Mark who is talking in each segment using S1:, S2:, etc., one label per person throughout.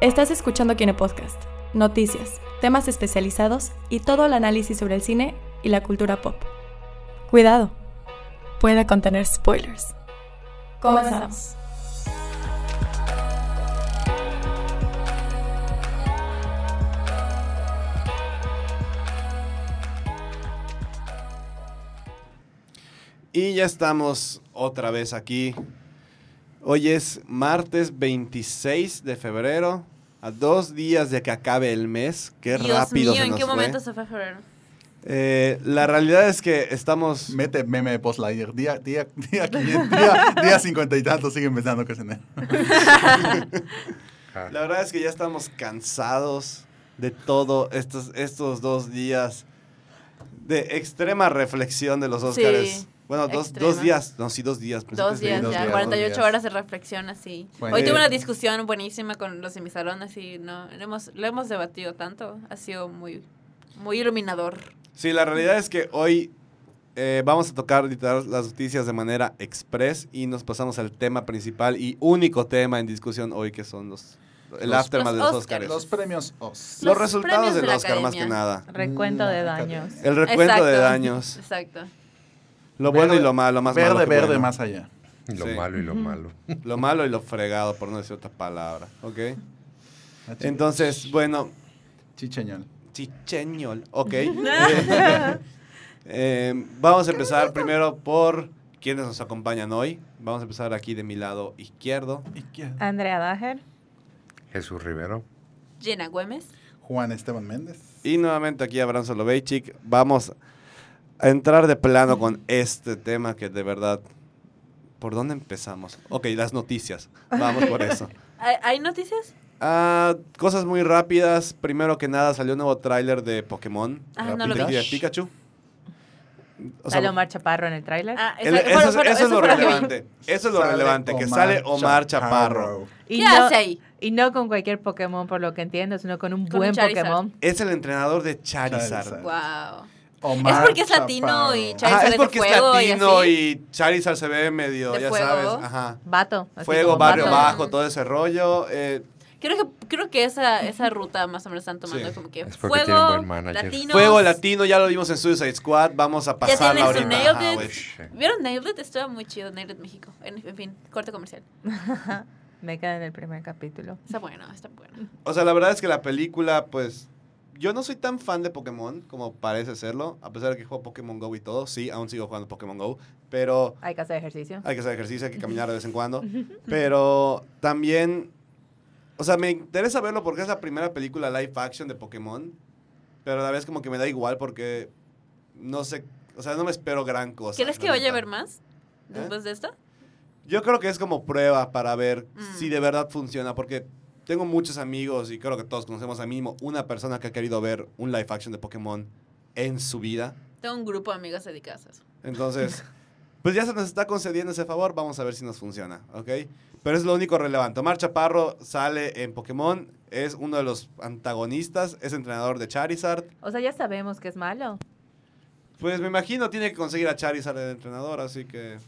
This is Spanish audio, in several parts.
S1: Estás escuchando Kine Podcast, noticias, temas especializados y todo el análisis sobre el cine y la cultura pop. Cuidado, puede contener spoilers. Comenzamos.
S2: Y ya estamos otra vez aquí. Hoy es martes 26 de febrero, a dos días de que acabe el mes. Qué
S3: Dios
S2: rápido
S3: mío,
S2: se
S3: ¿en
S2: nos
S3: qué
S2: fue.
S3: momento se fue febrero?
S2: Eh, la realidad es que estamos...
S4: Mete meme de Postlayer. Día, día, día, 500, día, día 50 y tanto siguen pensando que es enero.
S2: La verdad es que ya estamos cansados de todo estos, estos dos días de extrema reflexión de los Óscares.
S3: Sí,
S2: bueno, dos,
S3: extrema.
S2: dos días. No, sí, dos días. pensé que
S3: Dos
S2: sí,
S3: días
S4: dos
S3: ya,
S4: días,
S3: 48
S4: dos días.
S3: horas de reflexión así.
S4: Bueno.
S3: Hoy tuve
S2: Eh,
S3: una discusión buenísima con los de mi salón, así, no, lo hemos, lo hemos debatido tanto, ha sido muy, muy iluminador.
S2: Sí, la realidad es que hoy eh, vamos a tocar literal, las noticias de manera express y nos pasamos al tema principal y único tema en discusión hoy que son los el
S4: Los-
S2: aftermath de
S3: los
S2: los Oscars.
S3: Óscares.
S4: Los premios OS.
S2: Los
S3: Los
S2: resultados
S3: premios de
S2: del
S3: la
S2: Oscar más que
S3: Academia.
S2: nada.
S5: Recuento
S4: Mm,
S5: de
S4: fíjate.
S5: daños.
S2: El recuento
S3: Exacto,
S2: de daños.
S3: Exacto.
S2: Lo bueno y
S4: Verde-
S2: lo malo, más malo
S4: verde,
S2: que
S4: verde,
S2: bueno.
S4: más allá.
S6: Lo
S2: Sí.
S6: malo y lo malo.
S2: Lo malo y lo fregado, por no decir otra palabra, ¿ok?
S4: Ah, chi-
S2: Entonces, bueno,
S4: Chicheñol.
S2: Chicheñol, ok. Eh, eh, vamos a empezar primero por quienes nos acompañan hoy. Vamos a empezar aquí de mi lado izquierdo.
S4: Izquierda.
S5: Andrea Dager.
S6: Jesús Rivero.
S3: Gina Güemes.
S4: Juan Esteban Méndez.
S2: Y nuevamente aquí Abraham Soloveitchik. Vamos a entrar de plano con este tema que de verdad... ¿Por dónde empezamos? Ok, las noticias. Vamos por eso.
S3: ¿Hay, hay noticias?
S2: Ah, cosas muy rápidas. Primero que nada, salió un nuevo tráiler de Pokémon.
S3: Ah, no lo
S4: Rápido.
S2: Detective
S3: vi.
S2: Pikachu. O sea,
S5: Sale Omar Chaparro en el tráiler.
S3: Ah,
S2: el-
S3: exacto, fueron-
S2: eso, es-
S3: fueron-
S2: eso es lo
S3: fue que vi.
S2: relevante. Eso es lo
S4: Sale
S2: relevante, que
S4: Omar
S2: sale Omar Chaparro.
S3: ¿Qué
S5: y, no,
S3: hace ahí?
S5: y no con cualquier Pokémon, por lo que entiendo, sino con un
S3: Con un
S5: buen
S3: Charizard.
S5: Pokémon.
S2: Es el entrenador de Charizard.
S4: Charizard.
S3: Wow.
S4: Omar
S3: Es porque es latino
S4: Chaparro.
S3: y Charizard-
S2: Ajá,
S3: es
S2: es
S3: de
S2: porque es
S3: fuego y
S2: latino
S3: así.
S2: y, Charizard se ve medio,
S3: De
S2: ya
S3: fuego.
S2: sabes. Ajá.
S5: Vato. así
S2: Fuego,
S5: como
S2: barrio
S3: vato.
S2: bajo, todo ese rollo. eh,
S3: Creo que, creo que esa, esa ruta más o menos están tomando
S2: Sí.
S3: como que
S6: Es porque tiene un
S3: fuego,
S6: buen manager.
S3: latinos.
S2: fuego latino, ya lo vimos en Suicide Squad. Vamos a pasarla
S3: tiene su
S2: ahorita. Ah,
S3: nailed
S2: Ajá,
S3: it.
S2: güey.
S3: ¿Vieron Nailed It? Estuvo muy chido Nailed It México. En, en fin, corte comercial.
S5: Me queda en el primer capítulo.
S3: Está bueno, está
S5: Mm.
S3: bueno.
S2: O sea, la verdad es que la película, pues. Yo no soy tan fan de Pokémon como parece serlo. A pesar de que juego Pokémon Go y todo. Sí, aún sigo jugando Pokémon Go. Pero
S5: Hay que hacer ejercicio.
S2: hay que hacer ejercicio, hay que caminar de vez en cuando. Pero también. O sea, me interesa verlo porque es la primera película live action de Pokémon. Pero a la vez como que me da igual porque. No sé. O sea, no me espero gran cosa.
S3: ¿Crees que
S2: la
S3: vaya a
S2: neta. ¿Eh?
S3: haber más después de esto?
S2: Yo creo que es como prueba para ver
S3: Mm.
S2: si de verdad funciona, porque tengo muchos amigos y creo que todos conocemos a mínimo una persona que ha querido ver un live action de Pokémon en su vida.
S3: Tengo un grupo de amigos dedicados a eso.
S2: Entonces, pues ya se nos está concediendo ese favor, vamos a ver si nos funciona, ¿ok? Pero es lo único relevante. Omar Chaparro sale en Pokémon, es uno de los antagonistas, es entrenador de Charizard.
S5: O sea, ya sabemos que es malo.
S2: Pues me imagino tiene que conseguir a Charizard de entrenador, así que...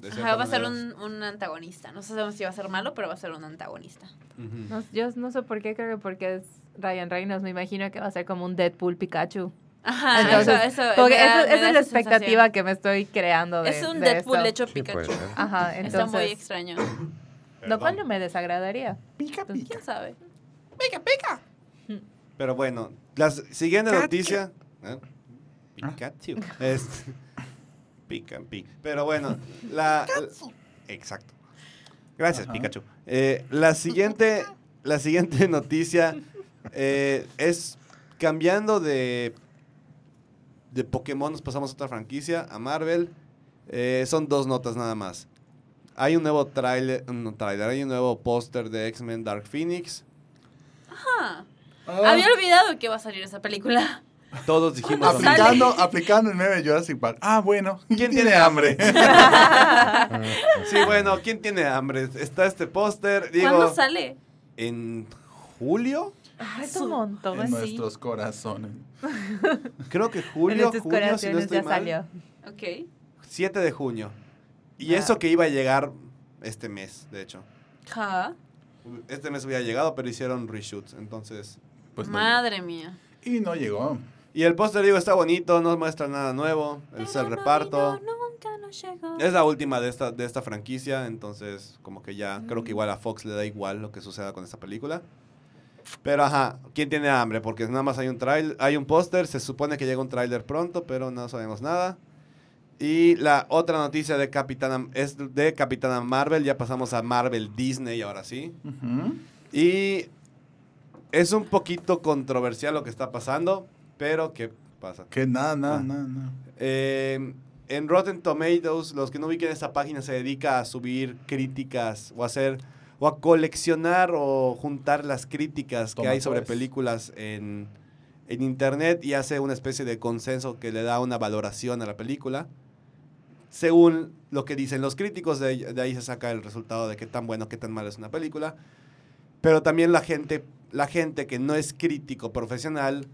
S2: de
S3: Ajá,
S2: cierta
S3: va a ser
S2: manera-
S3: un, un antagonista. No sabemos si va a ser malo, pero va a ser un antagonista.
S2: Ujú.
S5: No, yo no sé por qué, creo que porque es Ryan Reynolds. Me imagino que va a ser como un Deadpool Pikachu.
S3: Ajá,
S5: Entonces,
S3: eso, eso.
S5: Porque
S3: me da-
S5: esa-
S3: me
S5: esa
S3: da
S5: es la
S3: esa
S5: expectativa que me estoy creando
S3: sensación. Es
S5: de
S3: un
S5: de
S3: Deadpool
S5: esto.
S3: hecho
S6: Sí, puede
S2: pues,
S3: Pikachu. Ah.
S6: ser.
S5: Ajá,
S3: Está muy
S5: entonces.
S3: extraño.
S5: Lo cual no
S2: Perdón.
S5: me desagradaría.
S4: Pica, pica.
S3: ¿Quién sabe?
S2: Pero bueno, la s- siguiente noticia. ¿eh? Pikachu. Es. Pican, pi- Pero bueno, la. Exacto. Gracias,
S4: Ajá.
S2: Pikachu. Eh, la siguiente. La siguiente noticia eh, es cambiando de. De Pokémon nos pasamos a otra franquicia, a Marvel. Eh, son dos notas nada más. Hay un nuevo tráiler, no tráiler, hay un nuevo póster de X-Men Dark Phoenix.
S3: Ah, había olvidado que va a salir esa película.
S2: Todos dijimos lo mismo.
S4: Aplicando, aplicando el meme de Jurassic Park. Ah, bueno.
S2: ¿Quién
S4: ¿Quién
S2: tiene
S4: tiene hambre?
S6: Ah,
S2: Sí, bueno, ¿quién tiene hambre? Está este póster, digo,
S3: ¿Cuándo sale?
S2: en julio,
S5: Ah, es
S3: Su-
S5: un montón.
S3: pues,
S4: en
S3: sí.
S4: nuestros corazones.
S2: creo que
S5: En
S2: julio,
S5: nuestras
S2: junio, si no
S5: corazones
S2: estoy
S5: ya
S2: mal,
S5: salió.
S3: Ok.
S2: 7 de junio. Y
S5: Ah.
S2: eso que iba a llegar este mes, de hecho.
S3: Ja.
S2: Este mes hubiera llegado, pero hicieron reshoots, entonces...
S4: Pues no
S3: Madre mía.
S4: llegó. y no llegó.
S2: Y el póster, digo, está bonito, no muestra nada nuevo, es el reparto.
S3: nunca nos llegó.
S2: Es la última de esta, de esta franquicia, entonces como que ya creo
S3: Mm.
S2: que igual a Fox le da igual lo que suceda con esta película. Pero ajá, ¿quién tiene hambre? Porque nada más hay un trail, hay un póster, se supone que llega un tráiler pronto, pero no sabemos nada. Y la otra noticia de Capitana es de Capitana Marvel, ya pasamos a Marvel Disney ahora sí.
S4: Ujú.
S2: Y es un poquito controversial lo que está pasando, pero ¿qué pasa?
S4: Que nada, nada,
S2: Ah.
S4: nada, nada.
S2: Eh, en Rotten Tomatoes, los que no ubiquen esta página se dedica a subir críticas o a hacer o a coleccionar o juntar las críticas que
S4: Toma,
S2: hay sobre
S4: pues.
S2: películas en, en internet y hace una especie de consenso que le da una valoración a la película. Según lo que dicen los críticos, de, ahí- de ahí se saca el resultado de qué tan bueno, qué tan malo es una película. Pero también la gente, la gente que no es crítico profesional,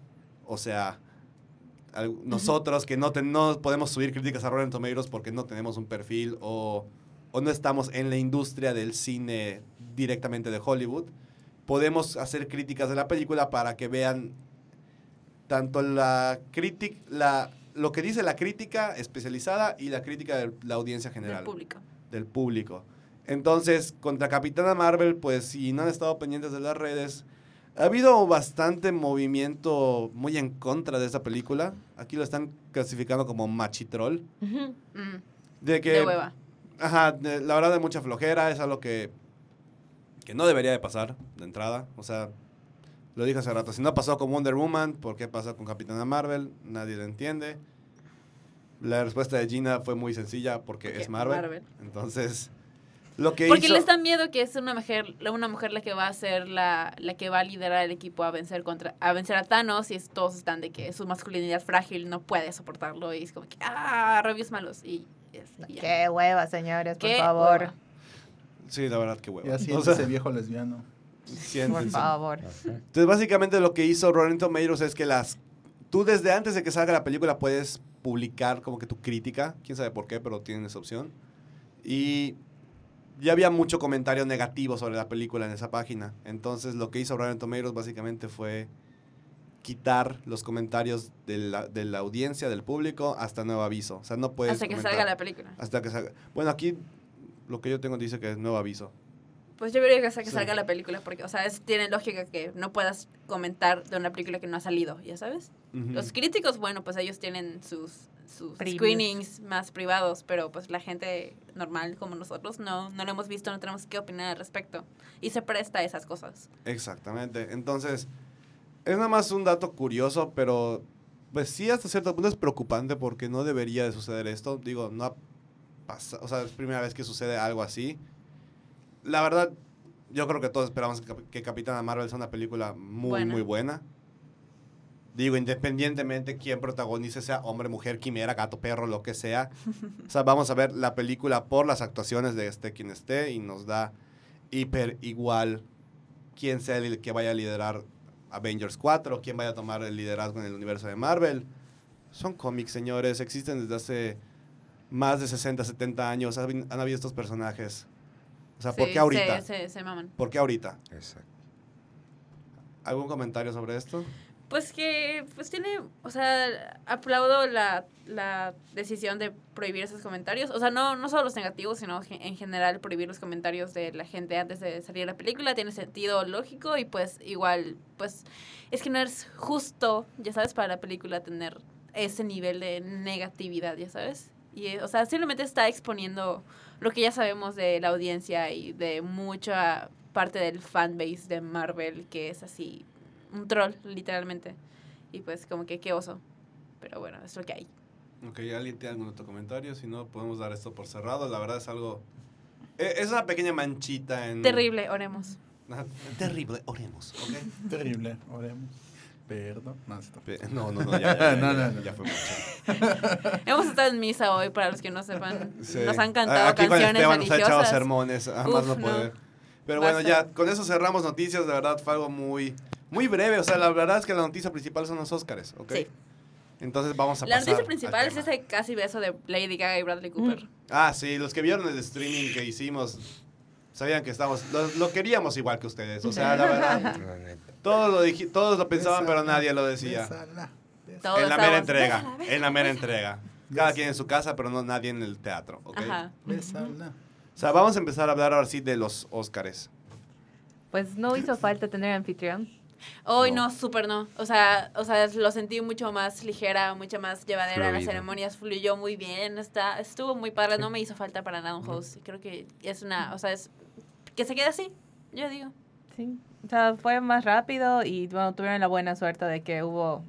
S2: o sea, al- nosotros que no, te- no podemos subir críticas a Rotten Tomatoes porque no tenemos un perfil o, o no estamos en la industria del cine directamente de Hollywood, podemos hacer críticas de la película para que vean tanto la crítica, la, lo que dice la crítica especializada y la crítica de la audiencia general
S3: Del público.
S2: del público. Entonces, contra Capitana Marvel, pues si no han estado pendientes de las redes, ha habido bastante movimiento muy en contra de esta película. Aquí lo están clasificando como machitrol.
S3: Mm,
S2: De que,
S3: de hueva.
S2: Ajá, de- la verdad de mucha flojera, es algo que, que no debería de pasar de entrada. O sea, lo dije hace rato, si no pasó con Wonder Woman, ¿por qué pasó con Capitana Marvel? Nadie lo entiende. La respuesta de Gina fue muy sencilla, porque
S3: Porque
S2: es Marvel.
S3: Marvel.
S2: Entonces, lo que
S3: Porque
S2: hizo...
S3: les da miedo que es una mujer, la- una mujer la que va a ser la, la que va a liderar el equipo a vencer contra, a vencer a Thanos y es- todos están de que su masculinidad frágil no puede soportarlo y es como que ah, reviews malos y, es- y ya.
S5: Qué hueva, señores, por
S3: Qué
S5: favor.
S3: hueva.
S2: Sí, la verdad, que huevo.
S4: Y así
S2: O
S4: es
S2: sea,
S4: ese viejo lesbiano.
S5: Por
S2: siéntense.
S5: favor.
S6: Ajá.
S2: Entonces, básicamente lo que hizo Rotten Tomatoes es que las... Tú desde antes de que salga la película puedes publicar como que tu crítica. Quién sabe por qué, pero tienen esa opción. Y ya había mucho comentario negativo sobre la película en esa página. Entonces, lo que hizo Rotten Tomatoes básicamente fue quitar los comentarios de la, de la audiencia, del público, hasta nuevo aviso. O sea, no puedes
S3: Hasta que
S2: comentar.
S3: salga la película.
S2: Hasta que salga. Bueno, aquí lo que yo tengo dice que es nuevo aviso.
S3: Pues yo diría que hasta que
S2: Sí.
S3: salga la película porque, o sea, es- tiene lógica que no puedas comentar de una película que no ha salido, ya sabes.
S2: Ujú.
S3: Los críticos, bueno, pues ellos tienen sus, sus
S5: Previews.
S3: screenings más privados, pero pues la gente normal como nosotros no, no lo hemos visto, no tenemos que opinar al respecto. Y se presta a esas cosas.
S2: Exactamente. Entonces, es nada más un dato curioso, pero pues sí, hasta cierto punto es preocupante porque no debería de suceder esto. Digo, no ha pasado, o sea, es primera vez que sucede algo así. La verdad, yo creo que todos esperamos que, Cap- que Capitana Marvel sea una película muy,
S3: Buena.
S2: muy buena. Digo, independientemente quién protagonice, sea hombre, mujer, quimera, gato, perro, lo que sea. O sea, vamos a ver la película por las actuaciones de este quien esté y nos da hiper igual quién sea el que vaya a liderar Avengers 4, quién vaya a tomar el liderazgo en el universo de Marvel. Son cómics, señores, existen desde hace más de 60, 70 años, han, han habido estos personajes. O sea, Ah, ¿por
S3: Sí,
S2: qué ahorita?
S3: Se, se- se maman.
S2: ¿Por qué ahorita?
S6: Exacto.
S2: ¿Algún comentario sobre esto?
S3: Pues que, pues tiene, o sea, aplaudo la, la decisión de prohibir esos comentarios. O sea, no, no solo los negativos, sino ge- en general prohibir los comentarios de la gente antes de salir la película. Tiene sentido lógico y pues igual, pues es que no es justo, ya sabes, para la película tener ese nivel de negatividad, ya sabes. Y, eh, o sea, simplemente está exponiendo lo que ya sabemos de la audiencia y de mucha parte del fanbase de Marvel, que es así, un troll, literalmente. Y pues como que qué oso. Pero bueno, es lo que hay.
S2: Ok, alguien tiene algún otro comentario, si no podemos dar esto por cerrado, la verdad es algo... e- Es una pequeña manchita en...
S3: Terrible, oremos.
S2: Ajá, Terrible, oremos, ¿ok?
S4: Terrible, oremos. Perdón. No, sí,
S2: Pe- No, no, no, ya, ya, ya,
S4: No,
S2: ya,
S4: no, no.
S2: ya fue mucho.
S3: Hemos estado en misa hoy, para los que no sepan.
S2: Sí.
S3: Nos han
S2: A-
S3: cantado
S2: Aquí con
S3: canciones
S2: Esteban nos ha echado
S3: religiosas.
S2: sermones, jamás
S3: Uf,
S2: no poder.
S3: no.
S2: Pero
S3: Basta.
S2: bueno, ya, con eso cerramos noticias, de verdad fue algo muy, muy breve, o sea, la verdad es que la noticia principal son los Óscares, ¿ok?
S3: Sí.
S2: Entonces vamos a
S3: La
S2: pasar
S3: noticia
S2: al
S3: principal es
S2: tema.
S3: ese casi beso de Lady Gaga y Bradley Cooper.
S2: Ah, sí, los que vieron el streaming que hicimos Sabían que estábamos. Lo, lo queríamos igual que ustedes. O sea, la verdad. Todos lo, dij- todos lo pensaban, pero nadie lo decía.
S4: Bésala, bésala.
S3: Todos
S2: en la
S3: estábamos,
S2: mera entrega.
S3: "Bésala,
S2: en la mera entrega. Cada quien en su casa, pero no nadie en el teatro. ¿ok?
S3: Ajá.
S4: Bésala.
S2: O sea, vamos a empezar a hablar ahora sí de los Óscares.
S7: Pues no hizo falta tener anfitrión.
S3: Hoy
S2: No.
S3: no, súper no. O sea, o sea, lo sentí mucho más ligera, mucho más llevadera. Las
S6: Fluido.
S3: ceremonias fluyó muy bien. Está, estuvo muy padre. No me hizo falta para nada un host. Y creo que es una, o sea, es que se quede así. Yo digo.
S5: Sí. O sea, fue más rápido y bueno, tuvieron la buena suerte de que hubo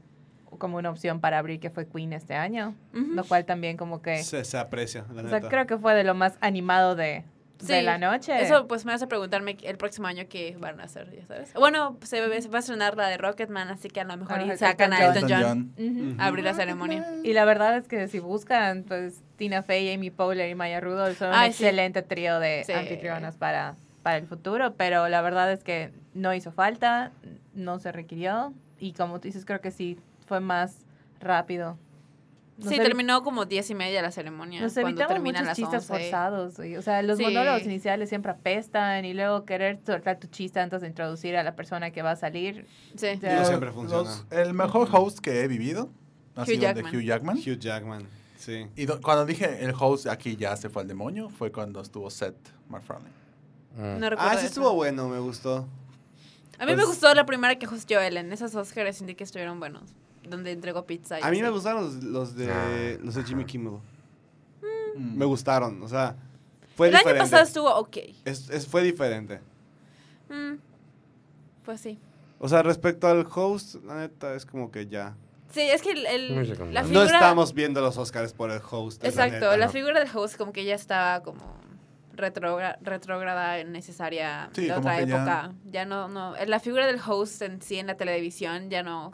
S5: como una opción para abrir que fue Queen este año,
S3: Ujú.
S5: lo cual también como que...
S2: Se, se aprecia, la
S5: O sea,
S2: neta.
S5: creo que fue de lo más animado de, de
S3: Sí.
S5: la noche.
S3: Eso pues me hace preguntarme el próximo año qué van a hacer, ya sabes. Bueno, se, va- se va a estrenar la de Rocketman, así que a lo mejor
S5: A lo
S3: y
S5: mejor
S3: sacan a
S5: Ah, Elton
S3: Elton
S4: Elton
S3: John
S5: Ujú.
S2: Ujú.
S3: a abrir la ceremonia.
S5: Y la verdad es que si buscan, pues Tina Fey, Amy Poehler y Maya Rudolph son un
S3: Ay, sí.
S5: excelente trío de
S3: Sí.
S5: anfitrionas para, para el futuro, pero la verdad es que no hizo falta, no se requirió y como tú dices, creo que sí fue más rápido. Nos
S3: sí,
S5: evi-
S3: terminó como diez y media la ceremonia.
S5: Nos
S3: cuando
S5: evitamos
S3: terminan
S5: muchos
S3: las
S5: chistes
S3: 11.
S5: forzados. güey. O sea, los
S3: Sí.
S5: monólogos iniciales siempre apestan y luego querer soltar tu chiste antes de introducir a la persona que va a salir.
S3: Sí.
S5: Ya.
S2: No siempre funciona.
S4: el mejor host que he vivido ha
S3: Hugh
S4: sido el de
S3: Jackman.
S4: Hugh Jackman.
S2: Hugh Jackman, sí.
S4: Y do- cuando dije el host aquí ya se fue al demonio, fue cuando estuvo Seth MacFarlane.
S3: No recuerdo.
S2: Ah, sí
S3: eso.
S2: estuvo bueno, me gustó.
S3: A mí me
S4: Pues-
S3: gustó la primera que hostió Ellen. Esos Oscars sentí que estuvieron buenos. Donde entregó pizza. y
S2: A mí me
S3: así.
S2: gustaron los, los de,
S6: Ah.
S2: los de Jimmy Kimmel.
S4: Mm.
S2: Me gustaron, o sea, fue
S3: El año
S2: diferente.
S3: pasado estuvo ok.
S2: Es- es- fue diferente.
S3: Mm, Pues sí.
S2: O sea, respecto al host, la neta es como que ya.
S3: Sí, es que el, el-
S6: Muy recomendable.
S3: la
S2: No
S3: figura.
S2: estamos viendo los Oscars por el host. es
S3: Exacto, la
S2: neta.
S3: figura del host como que ya estaba como retrógra- retrógrada, necesaria
S4: Sí,
S3: de
S4: como
S3: otra
S4: que ya-
S3: época. Ya... no, no. La figura del host en sí en la televisión ya no,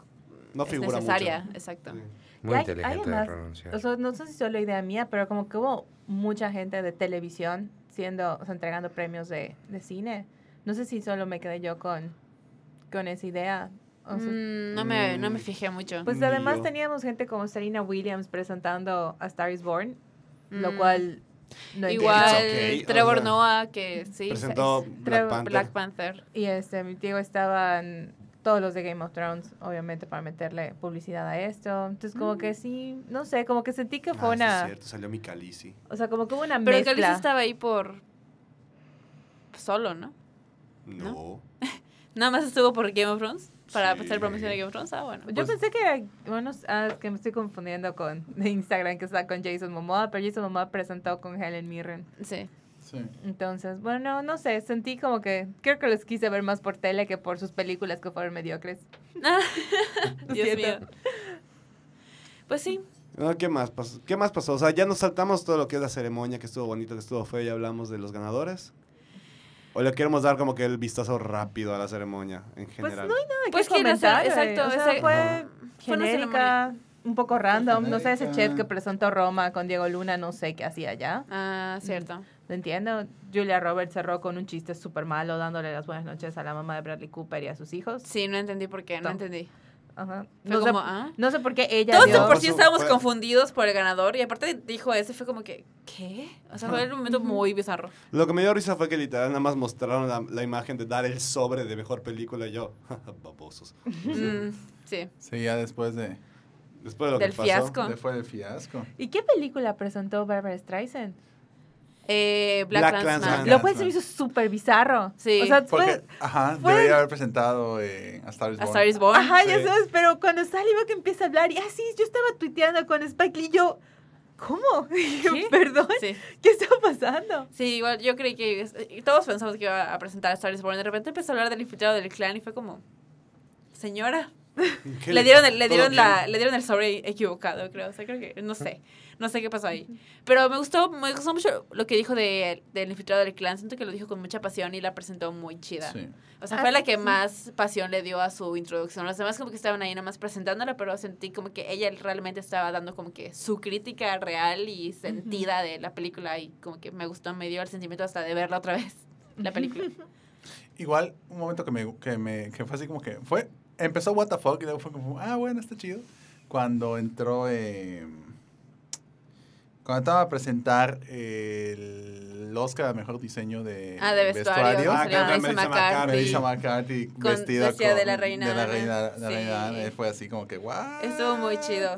S2: no
S3: es
S2: figura
S3: necesaria.
S2: mucho.
S3: Exacto.
S2: Sí.
S6: Muy
S5: Hay-
S6: inteligente de
S5: además,
S6: pronunciar.
S5: O sea, no sé si solo idea mía, pero como que hubo mucha gente de televisión siendo, o sea, entregando premios de, de cine. No sé si solo me quedé yo con, con esa idea. O sea,
S3: Mm, no, me, no me
S2: Mm.
S3: fijé mucho.
S5: Pues
S2: Ni
S5: además
S2: yo.
S5: teníamos gente como Serena Williams presentando a Star is Born, lo
S3: Mm.
S5: cual no entiendo.
S3: Igual
S2: It's ok, o
S3: Trevor
S2: sea,
S3: Noah que sí
S2: Presentó
S3: se-
S2: Black
S5: Trevor-
S2: Panther.
S3: Black Panther.
S5: Y este, mi tío estaban todos los de Game of Thrones, obviamente, para meterle publicidad a esto. Entonces,
S3: Mm.
S5: como que sí, no sé, como que sentí que
S2: Ah,
S5: fue
S2: sí
S5: una.
S2: es cierto, salió mi Khaleesi.
S5: O sea, como que hubo una
S3: Pero
S5: mezcla.
S3: Calice estaba ahí por solo, ¿no?
S2: No.
S3: Nada más estuvo por Game of Thrones para
S2: Sí.
S3: ser promoción de Game of Thrones. Ah, bueno.
S5: Yo
S2: pues-
S5: pensé que, era- bueno, ah, es que me estoy confundiendo con de Instagram, que está con Jason Momoa, pero Jason Momoa presentó con Helen Mirren.
S3: Sí.
S4: Sí.
S5: Entonces, bueno, no sé, sentí como que, creo que los quise ver más por tele que por sus películas que fueron mediocres. Lo
S3: Dios mío.
S5: siento.
S3: Pues sí.
S2: No, ¿qué, más pasó? ¿Qué más pasó? O sea, ya nos saltamos todo lo que es la ceremonia, que estuvo bonito, que estuvo feo, ya hablamos de los ganadores. ¿O le queremos dar como que el vistazo rápido a la ceremonia en general?
S5: no hay
S3: Pues que
S5: que
S3: la
S5: comentar,
S3: cere-
S5: eh,
S3: exacto,
S5: o sea,
S3: esa-
S5: fue
S3: fue una
S5: genérica,
S3: ceremonia.
S5: un poco random, no sé, ese
S4: genérica.
S5: chat que presentó Roma con Diego Luna, no sé qué hacía allá,
S3: Ah, cierto.
S5: no entiendo. Julia Roberts cerró con un chiste súper malo, dándole las buenas noches a la mamá de Bradley Cooper y a sus hijos.
S3: Sí, no entendí por qué, no
S5: No.
S3: entendí.
S5: Ajá.
S3: Fue
S5: No,
S3: como,
S5: sé,
S3: ah.
S5: no sé por qué ella
S3: Todos de
S5: dio-
S3: por sí
S2: Fue su-
S3: estábamos
S2: fue-
S3: confundidos por el ganador y aparte dijo ese fue como que, ¿qué? O sea, fue un momento muy bizarro.
S2: Lo que me dio risa fue que literal nada más mostraron la, la imagen de dar el sobre de mejor película y yo, babosos.
S3: Mm, sí.
S4: Sí, ya después de...
S2: Después de lo
S3: Del
S2: que pasó.
S3: fiasco. Con-
S4: de fue el fiasco.
S5: ¿Y qué película presentó Barbara Streisand?
S3: Eh, Black,
S2: Black
S3: Klansman.
S4: Ah,
S2: Klansman.
S5: Lo cual se me hizo súper bizarro.
S3: Sí.
S5: O sea,
S4: Porque,
S5: fue...
S4: ajá,
S5: fue-
S4: debería haber presentado eh, a Star is
S3: A
S4: Born.
S3: Star is Born.
S5: Ajá, ya
S4: Sí.
S5: sabes, pero cuando sale veo que empieza a hablar y así, yo estaba tuiteando con Spike Lee, yo, ¿cómo? Y yo,
S3: ¿Qué?
S5: Perdón,
S3: Sí.
S5: ¿qué está pasando?
S3: Sí, igual yo creí que y todos pensamos que iba a presentar a Star is Born. De repente empezó a hablar del infiltrado del clan y fue como, señora,
S2: ¿Qué
S3: le dieron, el, le,
S2: todo
S3: dieron
S2: bien?
S3: la, le dieron el sobre equivocado, creo. O sea, creo que, no sé, no sé qué pasó ahí. Pero me gustó, me gustó mucho lo que dijo de, del infiltrado del clan. Siento que lo dijo con mucha pasión y la presentó muy chida.
S4: Sí.
S3: O sea,
S5: Ah,
S3: fue la
S5: sí,
S3: que
S5: sí.
S3: más pasión le dio a su introducción. Los demás como que estaban ahí nada más presentándola, pero sentí como que ella realmente estaba dando como que su crítica real y sentida de la película y como que me gustó, me dio el sentimiento hasta de verla otra vez, la película.
S4: Igual, un momento que me, que me que fue así como que fue, empezó What the fuck y luego fue como, ah, bueno, está chido. Cuando entró eh, em, Cuando estaba a presentar el Oscar a Mejor Diseño de,
S3: Ah, de vestuario.
S2: Ah,
S3: salió
S2: con
S3: Melissa
S2: Melissa
S3: McCarthy.
S4: Melissa McCarthy vestida
S3: vestida
S4: con-
S3: de la reina
S4: de la
S3: Ana.
S4: reina, la
S3: Sí.
S4: reina Ana, y fue así como que wow
S3: Estuvo muy chido.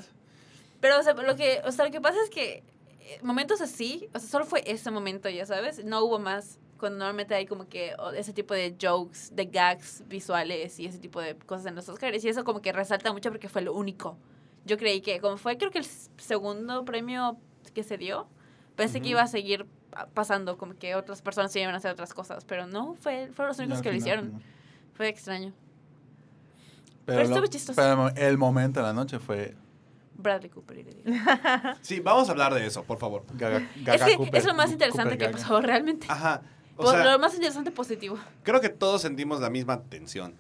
S3: Pero, o sea, lo que, o sea, lo que pasa es que eh, momentos así, o sea, solo fue ese momento, ya sabes, no hubo más. Cuando normalmente hay como que o- ese tipo de jokes, de gags visuales y ese tipo de cosas en los Oscars. Y eso como que resalta mucho porque fue lo único. Yo creí que, como fue creo que el s- segundo premio que se dio, pensé que
S2: Ujú.
S3: iba a seguir pa- pasando, como que otras personas iban a hacer otras cosas. Pero no, fue, fueron los
S4: Y
S3: únicos
S4: al
S3: que lo
S4: final,
S3: hicieron.
S4: ¿no?
S3: Fue extraño.
S4: Pero,
S3: estuvo
S4: lo-
S3: chistoso.
S4: pero el momento de la noche fue
S3: Bradley Cooper. y le digo.
S2: Sí, vamos a hablar de eso, por favor.
S4: Gaga,
S3: Es
S4: Gaga
S3: que
S4: Cooper,
S3: es lo más
S4: Cooper
S3: interesante que
S4: Gaga.
S3: pasó realmente.
S2: Ajá. Ah, O
S3: Por
S2: sea,
S3: Pues lo más interesante positivo.
S2: creo que todos sentimos la misma tensión.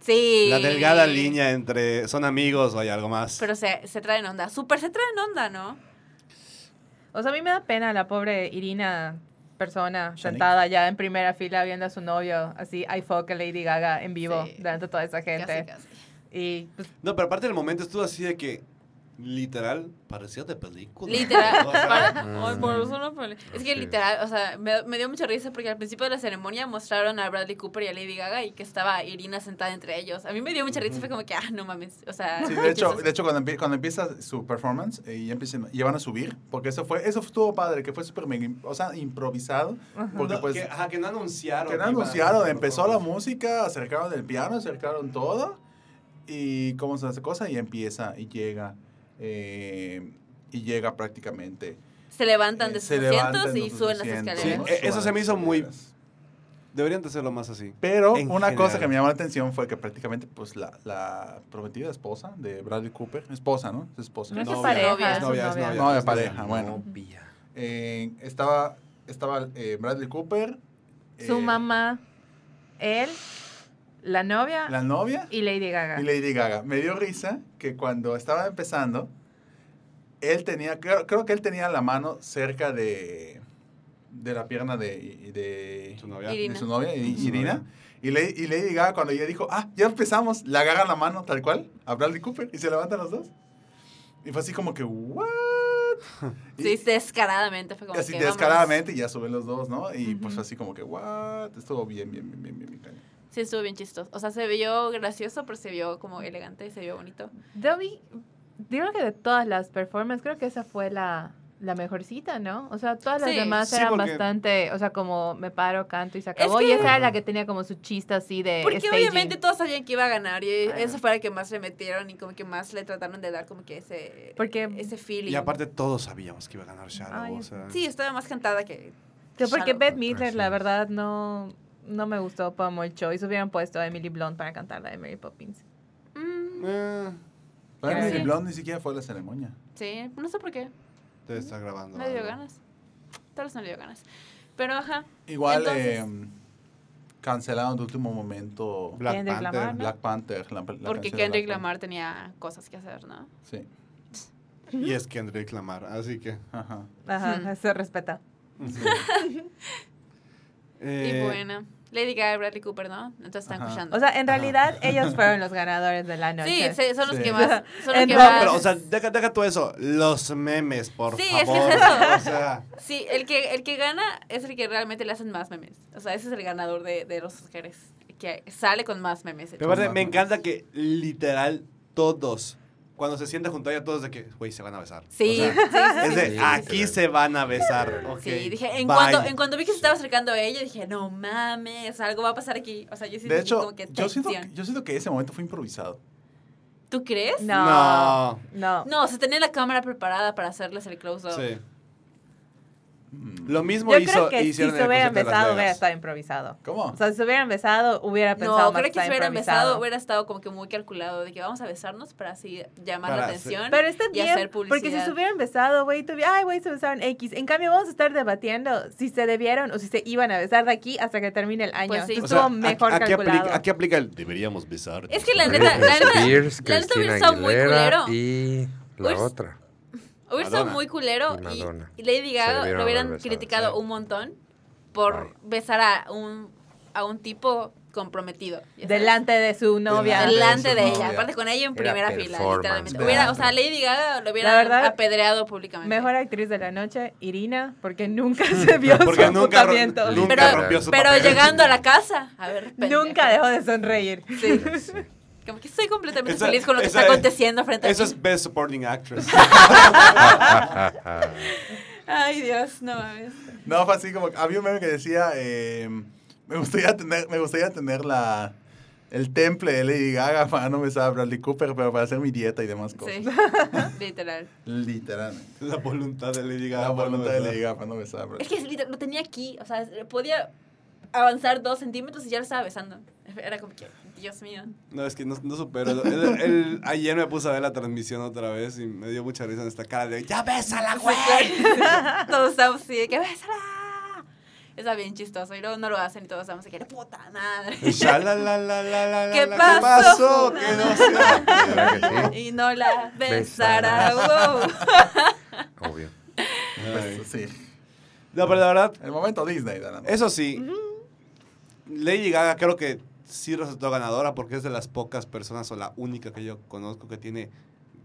S3: Sí.
S2: La delgada línea entre son amigos o hay algo más.
S3: Pero se, se traen onda. Súper se traen onda, ¿no?
S5: O sea, a mí me da pena la pobre Irina persona
S4: Shanique.
S5: sentada ya en primera fila viendo a su novio, así I fuck a Lady Gaga en vivo
S3: Sí.
S5: delante de toda esa gente.
S3: Casi, casi.
S5: Y pues,
S2: No, pero aparte del momento estuvo así de que literal parecía de película.
S3: Literal.
S2: O sea,
S3: para- ay, por
S6: Mm.
S3: eso no pele- es que
S6: Sí.
S3: literal, o sea, me, me dio mucha risa porque al principio de la ceremonia mostraron a Bradley Cooper y a Lady Gaga y que estaba Irina sentada entre ellos. A mí me dio mucha risa. Fue como que, ah, no mames. O sea,
S4: Sí,
S3: ¿qué
S4: de
S3: es
S4: hecho,
S3: eso?
S4: de hecho cuando, empie- cuando empieza su performance eh, y empiezan, y van a subir, porque eso fue, eso estuvo padre, que fue súper, mega im- o sea, improvisado, porque
S2: no,
S4: pues,
S2: que, ajá, que no anunciaron.
S4: que no
S2: iban a hacer
S4: anunciaron,
S2: una
S4: empezó la
S2: performance.
S4: música, acercaron el piano, acercaron todo, y cómo se hace cosa, y empieza, y llega, eh, y llega prácticamente.
S3: se levantan
S4: Eh,
S3: de sus
S4: se levantan
S3: asientos
S4: de
S3: y
S4: sus
S3: suben las
S4: asientos,
S3: escaleras.
S2: Sí, eh, eso
S4: suben
S2: se me
S4: las
S2: hizo muy-
S4: escaleras.
S2: Deberían de hacerlo más así.
S4: Pero
S2: En
S4: una cosa
S2: general.
S4: que me llamó la atención fue que prácticamente pues la, la prometida esposa de Bradley Cooper, esposa, ¿no? Es esposa.
S5: no es
S2: novia,
S5: su pareja,
S3: novia,
S5: es
S2: es novia, es
S5: novia.
S2: novia.
S4: No, de
S2: es
S4: pareja, bueno.
S6: Novia.
S4: Eh, estaba estaba eh, Bradley Cooper.
S5: su
S4: eh,
S5: mamá, él, la novia
S4: La novia
S5: y Lady Gaga.
S4: y Lady Gaga. Me dio risa que cuando estaba empezando, él tenía, creo, creo que él tenía la mano cerca de, de la pierna de, de,
S2: Su novia.
S3: Irina.
S4: de su novia, I-
S2: De su
S4: Irina.
S2: novia.
S4: Y, le, y Lady Gaga cuando ella dijo, ah, ya empezamos, le agarra la mano tal cual a Bradley Cooper y se levantan los dos. Y fue así como que, what? eh, Y-
S3: Sí, descaradamente. Fue como
S4: así
S3: que, vámonos.
S4: descaradamente y ya suben los dos, ¿no? Y pues así como que, what? Estuvo bien, bien, bien, bien, bien, bien. cañón.
S3: Sí, estuvo bien chistoso. O sea, se vio gracioso, pero se vio como elegante, se vio bonito.
S5: Yo vi- digo que de todas las performances, creo que esa fue la, la mejorcita, ¿no? O sea, todas las
S3: Sí.
S5: demás
S2: Sí,
S5: eran
S2: porque-
S5: bastante, o sea, como me paro, canto y se acabó. Y
S3: que-
S5: esa era la que tenía como su chiste así de
S3: Porque
S5: eh, staging.
S3: obviamente todos sabían que iba a ganar y
S5: Ajá.
S3: eso fue el que más le metieron y como que más le trataron de dar como que ese,
S5: Porque-
S3: ese feeling.
S2: Y aparte pues, todos sabíamos que iba a ganar
S5: Ay,
S2: Shadow. O sea.
S3: Sí, estaba más cantada que...
S5: Que porque
S3: Shallow.
S5: Beth Midler, la
S6: Así es.
S5: verdad, no, no me gustó como el choice. Hubieran puesto a Emily Blunt para cantar la de Mary Poppins.
S3: Mm,
S2: Eh,
S4: Pero
S5: Creo
S4: Emily
S5: que-
S4: Blunt ni siquiera fue a la ceremonia.
S3: sí, no sé por qué.
S2: te está grabando.
S3: No le dio
S2: algo.
S3: ganas. Tal vez no le dio ganas. Pero ajá.
S4: Igual
S3: Entonces-
S4: eh, cancelaron de último momento Black,
S2: Black
S5: Kendrick
S2: Panther.
S5: Lamar, ¿no?
S4: Panther. la- la canción de
S3: porque
S4: Black
S3: Kendrick
S4: Panther.
S3: Lamar tenía cosas que hacer, ¿no?
S4: Sí.
S2: Y es Kendrick Lamar, así que.
S4: Ajá.
S5: Ajá,
S3: Hmm.
S5: se respeta.
S2: Eh,
S3: Y bueno. Lady Gaga y Bradley Cooper, ¿no? Entonces están
S4: Ajá.
S3: escuchando.
S5: O sea, en
S4: Ajá.
S5: realidad, ellos fueron los ganadores de la
S3: sí,
S5: noche.
S3: sí, son los
S4: Sí.
S3: que más... Son los
S5: En
S3: que
S2: No,
S5: vas-
S3: más...
S2: pero, o sea, deja, deja tú eso. Los memes, por
S3: Sí, es que
S2: favor.
S3: es eso.
S2: O sea,
S3: Sí, el que, el que gana es el que realmente le hacen más memes. O sea, ese es el ganador de, de los Oscars. el Que sale con más memes.
S2: pero aparte, me encanta que literal todos, cuando se sienta junto a ella, todos de que, güey, se van a besar.
S3: Sí,
S2: O sea,
S3: sí, sí,
S2: es
S3: sí,
S2: de,
S3: sí,
S2: aquí
S6: sí.
S2: se van a besar.
S3: sí.
S2: ok,
S3: Sí, dije, en
S2: bye".
S3: cuanto, en cuanto vi que se estaba acercando a ella, dije, no mames, algo va a pasar aquí. O sea, yo sí
S4: De
S3: sentí
S4: hecho,
S3: como que
S4: yo siento,
S3: tensión.
S4: yo siento que ese momento fue improvisado.
S3: ¿Tú crees? No.
S5: No.
S2: No.
S5: No.
S3: o sea, tenía la cámara preparada para hacerles el close-up.
S2: Sí.
S4: Mm.
S2: Lo mismo
S5: Yo
S2: hizo,
S5: creo que si se
S2: hicieron en el
S5: hubiera
S2: concierto de Las
S5: empezado, hubiera
S2: Vegas.
S5: estado improvisado.
S4: ¿Cómo?
S5: O sea, si se hubieran besado, hubiera pensado
S3: No,
S5: más
S3: creo que
S5: está
S3: si hubiera
S5: improvisado.
S3: empezado, hubiera estado como que muy calculado de que vamos a besarnos para así llamar la
S2: Para hacer-
S3: atención.
S5: Pero está
S3: y
S5: bien,
S3: hacer
S5: porque si
S3: publicidad.
S5: se hubieran besado, güey, tú ay, güey, se besaron X. En cambio, vamos a estar debatiendo si se debieron o si se iban a besar de aquí hasta que termine el año.
S3: Pues sí.
S5: Entonces,
S3: O
S5: Estuvo mejor
S2: aquí, aquí
S5: calculado.
S2: aplica, aquí aplica el deberíamos besar.
S3: Es que la neta, la neta,
S6: Britney Spears,
S3: la neta hubiera
S6: Cristina
S3: estado muy
S6: Aguilera
S3: culero.
S6: y la
S3: Hubiera-
S6: otra.
S3: Hubiera estado
S2: Madonna.
S3: muy culero
S6: Y
S3: y,
S6: Madonna.
S3: y Lady
S6: Se
S3: Gaga
S6: debieron
S3: lo hubieran
S6: haber besado,
S3: criticado
S6: sí.
S3: un montón por
S6: Ay.
S3: besar a un, a un tipo comprometido. ya sabes.
S5: Delante de su novia.
S4: Delante.
S3: Delante
S4: su
S3: de ella,
S4: novia.
S3: aparte con ella en
S6: Era
S3: primera fila,
S6: performance,
S3: literalmente.
S4: ¿verdad?
S3: Hubiera, o sea, Lady Gaga lo hubiera
S5: La verdad,
S3: apedreado públicamente.
S5: Mejor actriz de la noche, Irina, porque nunca se vio
S2: Mm. Porque
S5: su
S2: nunca, ro-
S5: apuntamiento.
S2: nunca
S3: Pero-
S2: rompió su
S3: Pero
S2: papel.
S3: llegando a la casa, a ver, pendejo.
S5: Nunca dejó de sonreír.
S3: Sí. Como que estoy completamente
S2: Esa-
S3: feliz con lo que
S2: esa
S3: está
S2: es-
S3: aconteciendo frente
S2: Eso
S3: a mí.
S2: es Best Supporting Actress.
S3: Ay, Dios, no mames.
S4: No, fue así como, había un meme que decía, eh, me, gustaría tener, me gustaría tener la, el temple de Lady Gaga para no besar a Bradley Cooper, pero para hacer mi dieta y demás cosas.
S3: Sí, literal.
S4: Literalmente.
S2: la voluntad de Lady Gaga.
S4: La voluntad de
S2: ¿verdad?
S4: Lady Gaga para no besar a Bradley
S3: Es que literal, lo tenía aquí, o sea, podía avanzar dos centímetros y ya lo estaba besando. Era como que, Dios mío.
S2: No, es que no, no supero. El- el- ayer me puse a ver la transmisión otra vez y me dio mucha risa en esta cara de ¡Ya bésala, güey!
S3: Pues, Todos estamos así de que bésala. Está bien chistoso. Y luego no lo hacen y todos estamos así de puta madre.
S2: Shalalalalala,
S3: ¿Qué
S2: ¿Qué
S3: pasó?
S2: pasó? ¿Qué no sé?
S6: Claro que sí,
S3: Y no la besará.
S6: Besará.
S3: wow.
S6: obvio.
S4: Pues,
S2: Ay.
S4: sí.
S2: No, pero la verdad,
S4: El momento Disney, de la noche.
S2: eso sí, Lady Gaga creo que sí resultó ganadora porque es de las pocas personas o la única que yo conozco que tiene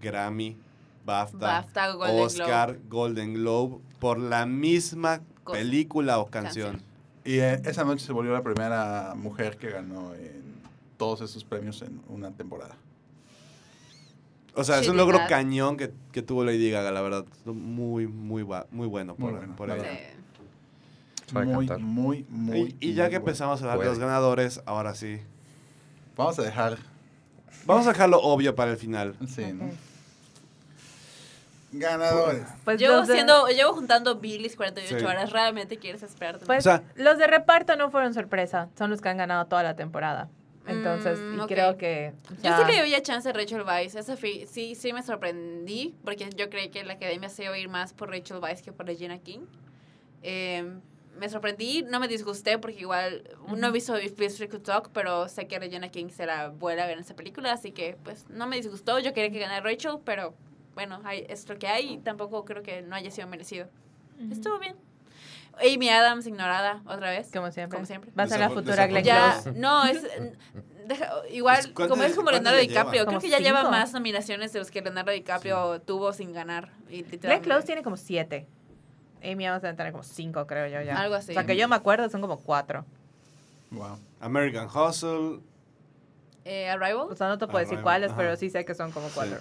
S2: Grammy, BAFTA,
S3: BAFTA, Golden
S2: Oscar, Golden Globe por la misma
S3: Cosa.
S2: película o canción.
S4: Y eh, esa noche se volvió la primera mujer que ganó en todos esos premios en una temporada.
S2: O sea, es un
S3: Sí,
S2: logro
S3: verdad.
S2: cañón que, que tuvo Lady Gaga, la verdad. Muy, muy, gua- muy bueno por,
S4: Muy bueno,
S2: por
S4: la
S2: ella.
S4: verdad.
S3: Sí.
S6: Sabe
S4: muy,
S6: cantar.
S4: muy, muy.
S2: y, y ya
S4: muy
S2: que
S4: bueno.
S2: empezamos a hablar
S4: Pues.
S2: de los
S6: Puede.
S2: ganadores, ahora sí.
S4: Vamos a dejar.
S2: Vamos a dejarlo obvio para el final.
S4: Sí, ¿no? Ganadores.
S5: Pues
S3: Llevo,
S5: los de-
S3: siendo, llevo juntando bilis 48
S2: Sí.
S3: horas. Realmente quieres esperarte.
S5: pues,
S2: O sea-
S5: los de reparto no fueron sorpresa. Son los que han ganado toda la temporada. Entonces,
S3: Mm,
S5: y
S3: ok.
S5: creo que. o
S3: Yo
S5: sea,
S3: sí le doy chance a Rachel Weisz. Esa fi- sí, sí me sorprendí, porque yo creí que la academia se iba a ir más por Rachel Weisz que por Regina King. Eh, me sorprendí, no me disgusté, porque igual no he
S5: Ujú.
S3: visto If History Could Talk, pero sé que Regina King será buena en esa película, así que pues no me disgustó. Yo quería que ganara Rachel, pero bueno, hay, es lo que hay y tampoco creo que no haya sido merecido.
S5: ujú,
S3: Estuvo bien. Amy Adams ignorada otra vez.
S5: Como siempre.
S3: Como siempre.
S5: Va a ser la
S2: Desafo-
S5: futura Glenn
S3: Ya,
S5: Close.
S3: no, es. n- deja- igual,
S2: Pues, ¿cuántas-
S3: como es como
S2: cuántas
S3: Leonardo
S2: ya lleva?
S3: DiCaprio, creo
S5: Como
S3: que ya lleva
S5: cinco.
S3: más nominaciones de los que Leonardo DiCaprio tuvo sin ganar. y
S5: Glenn Close
S3: literalmente-
S5: tiene como siete. Amy vamos a tener como cinco, creo yo ya.
S3: Algo así.
S5: O sea, que yo me acuerdo son como cuatro.
S4: Wow.
S2: American Hustle.
S3: Eh, Arrival.
S5: O sea, no te puedo decir
S2: Arrival,
S5: cuáles,
S2: ajá.
S5: pero sí sé que son como cuatro.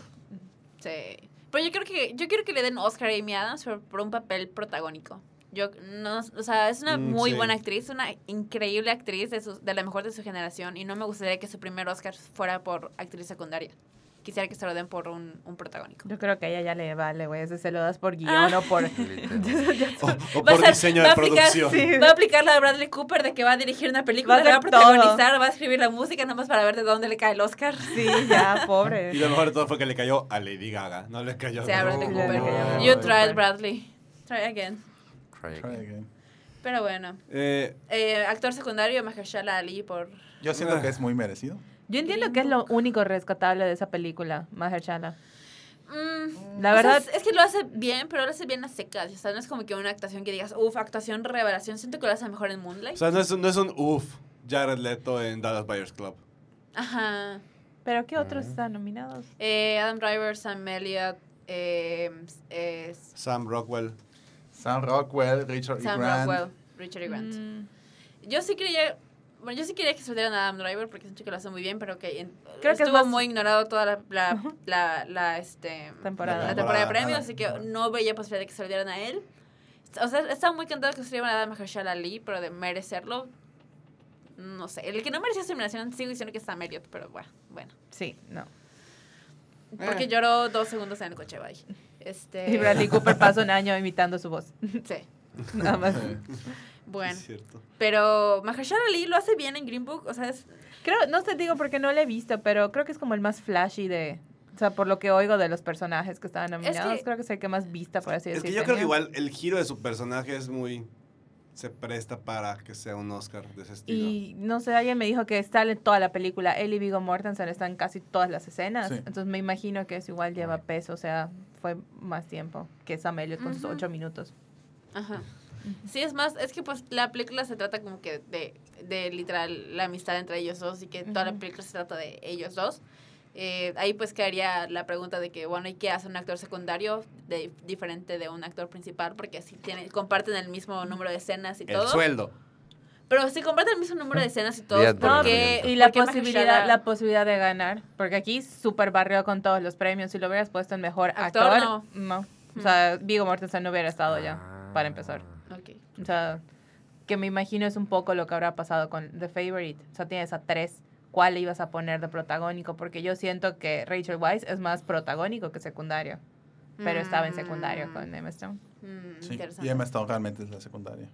S3: Sí. Pero yo creo que yo quiero que le den Oscar a Amy Adams por, por un papel protagónico. Yo no, o sea, es una
S2: Mm,
S3: muy
S2: sí.
S3: buena actriz, una increíble actriz de, su- de la mejor de su generación y no me gustaría que su primer Oscar fuera por actriz secundaria. Quisiera que se lo den por un, un protagónico.
S5: Yo creo que a ella ya le vale, güey. Ese se lo das por guión
S3: Ah.
S5: o por.
S6: Literal.
S2: O, o
S3: Va a
S2: por
S3: ser-
S2: diseño
S3: va a
S2: de
S3: aplicar-
S2: producción.
S5: sí.
S3: Va a aplicar la de Bradley Cooper de que va a dirigir una película,
S5: Va a
S3: la va a
S5: hacer todo.
S3: protagonizar, va a escribir la música nomás para ver de dónde le cae el Oscar.
S5: Sí, ya, pobre.
S2: Y lo mejor de todo fue que le cayó a Lady Gaga. No le cayó
S3: O sea,
S2: a
S3: Bradley
S5: no,
S3: Cooper.
S5: no,
S3: you
S5: no.
S3: tried, Bradley. Try again.
S6: Try
S4: Try
S6: again.
S4: again.
S3: Pero bueno.
S2: Eh,
S3: Eh, actor secundario, Mahershala Ali por...
S4: Yo siento que es muy merecido.
S5: Yo entiendo que es lo único rescatable de esa película, Mahershala.
S3: Mm,
S5: La
S3: o sea,
S5: verdad-
S3: es, es que lo hace bien, pero lo hace bien a secas. O sea, no es como que una actuación que digas, uff, actuación revelación. Siento que lo hace mejor en
S2: o
S3: Moonlight.
S2: sea, no es, un- no es un uff Jared Leto en Dallas Buyers Club.
S3: Ajá.
S5: ¿Pero qué otros están nominados?
S3: Eh, Adam Driver, Sam Elliott, eh, eh,
S2: Sam Rockwell.
S4: Sam Rockwell, Richard E.
S3: Sam
S4: Grant.
S3: Rockwell, Richard E. Grant.
S5: Mm,
S3: Yo sí quería. Bueno, yo sí quería que se dieran a Adam Driver porque siento que lo hace muy bien, pero que en-
S5: Creo que es
S3: estuvo
S5: más-
S3: muy ignorado toda la, la, la, la, este, la
S5: Temporada.
S3: temporada de
S2: Temporada.
S3: premios, así que no veía posibilidad de que se lo dieran a él. O sea, estaba muy cantado que se lo dieran a Adam Mahershala Ali, pero de merecerlo, no sé. El que no merecía esa nominación sigo diciendo que está Elliot, pero bueno, bueno.
S5: Sí, no.
S3: Porque lloró dos segundos en el coche, bye. Este,
S5: Y Bradley Cooper pasa un año imitando su voz.
S3: Sí,
S5: Nada más.
S3: bueno.
S2: Es cierto.
S3: Pero Mahershala Ali lo hace bien en Green Book, o sea, es,
S5: Creo, no te digo porque no la he visto, pero creo que es como el más flashy de. O sea, por lo que oigo de los personajes que estaban nominados,
S3: que-
S5: creo que es el que más vista, por así
S2: Es
S5: decirlo.
S2: que yo creo que igual el giro de su personaje es muy... Se presta para que sea un Oscar de ese estilo.
S5: Y no sé, alguien me dijo que sale toda la película. Él y Vigo Mortensen están casi todas las escenas.
S4: Sí.
S5: Entonces me imagino que eso igual lleva peso, o sea, fue más tiempo que Sam Elliott con sus
S3: Ujú.
S5: ocho minutos.
S3: Ajá. Sí, es más, es que pues la película se trata como que de, de literal la amistad entre ellos dos y que toda la
S5: Ujú.
S3: película se trata de ellos dos. Eh, ahí pues quedaría la pregunta de que, bueno, ¿y qué hace un actor secundario de, diferente de un actor principal? Porque si tiene, comparten el mismo número de escenas y
S2: El
S3: todo.
S2: sueldo.
S3: Pero si comparten el mismo número de escenas y todo,
S6: Día por
S3: ¿por qué?
S6: día.
S5: Y la
S3: por qué Mahershala-
S5: posibilidad, la posibilidad de ganar. Porque aquí súper barrió con todos los premios. Si lo hubieras puesto en mejor
S3: Actor,
S5: actor,
S3: no.
S5: O sea, Vigo Mortensen no hubiera estado ya,
S6: Ah.
S5: para empezar.
S3: Ok.
S5: O sea, que me imagino es un poco lo que habrá pasado con The Favorite. O sea, tienes a tres. ¿Cuál le ibas a poner de protagónico? Porque yo siento que Rachel Weisz es más protagónico que secundario. Pero estaba en secundario
S3: Mm,
S5: con Emma Stone.
S3: mm,
S4: Sí,
S3: interesante.
S4: y Emma Stone realmente es la secundaria.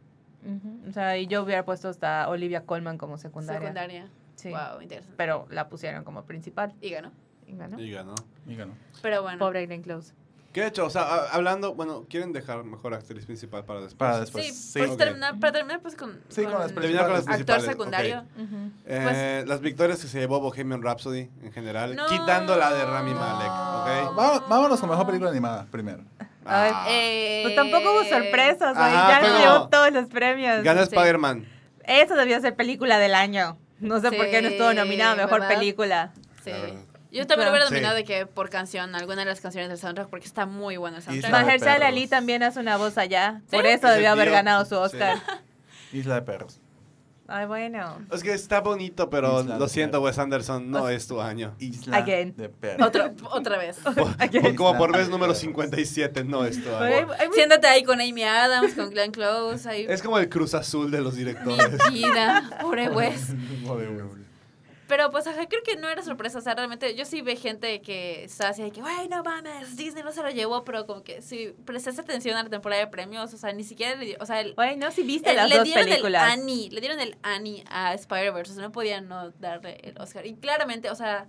S5: Ujú. O sea, y yo hubiera puesto hasta Olivia Colman como secundaria.
S3: Secundaria.
S5: Sí.
S3: Wow, interesante.
S5: Pero la pusieron como principal.
S3: Y ganó.
S5: Y ganó.
S2: Y ganó.
S4: Diga, ¿no?
S3: Pero bueno.
S8: Pobre Glenn Close.
S2: ¿Qué he hecho? O sea, ha- hablando, bueno, quieren dejar mejor actriz principal para después.
S4: Para después.
S3: Sí,
S4: Sí,
S3: pues
S2: ok.
S3: terminar, para terminar pues con,
S4: Sí, con las
S2: Terminar con las
S4: Actor
S2: principales.
S3: actor secundario.
S2: ok. Eh,
S5: pues
S2: las victorias que se llevó Bohemian Rhapsody en general,
S3: No.
S2: quitando la de Rami Malek,
S3: Oh.
S4: Ah,
S2: ¿ok?
S4: va- vámonos con mejor película animada primero.
S5: Ay,
S2: Ah.
S3: Eh,
S5: Pues tampoco hubo sorpresas, güey.
S2: Ajá,
S5: Ya
S2: pero-
S5: nos llevó todos los premios.
S2: Ganó
S3: sí.
S2: Spider-Man.
S5: Eso debió ser película del año. No sé por qué no estuvo
S3: Sí,
S5: nominada a mejor
S3: ¿verdad?
S5: película.
S3: Sí.
S2: La verdad.
S3: Yo también lo hubiera
S2: Sí.
S3: dominado de que por canción, alguna de las canciones del soundtrack, porque está muy bueno el soundtrack.
S4: Isla de
S5: Mahershala
S4: perros.
S5: Ali también hace una voz allá.
S3: ¿Sí?
S5: Por eso
S2: Es el
S5: debió haber
S2: tío.
S5: ganado su Oscar.
S2: Sí.
S4: Isla de Perros.
S5: Ay, bueno.
S2: Es que está bonito, pero
S4: Isla
S2: lo
S4: de
S2: siento,
S4: perros.
S2: Wes Anderson, no
S5: Pues
S2: es tu año.
S4: Isla
S5: Again.
S4: de Perros.
S3: Otra, otra vez.
S2: Por- como por vez número 57, no es tu
S5: Pero hay-
S2: año.
S5: hay muy-
S3: Siéntate ahí con Amy Adams, con Glenn Close, ahí.
S2: Es como el Cruz Azul de los directores.
S3: Mira, pobre Wes.
S4: Bollywood.
S3: Pero pues, ajá, creo que no era sorpresa. O sea, realmente yo sí ve gente que está así de que, güey, no mames, Disney no se lo llevó, pero como que si prestaste atención a la temporada de premios, o sea, ni siquiera le dio- O sea, el,
S5: Güey, no, si viste
S3: Eh,
S5: las
S3: le
S5: dos
S3: dieron
S5: películas.
S3: el Annie, le dieron el Annie a Spider-Verse, o sea, no podían no darle el Oscar. Y claramente, o sea,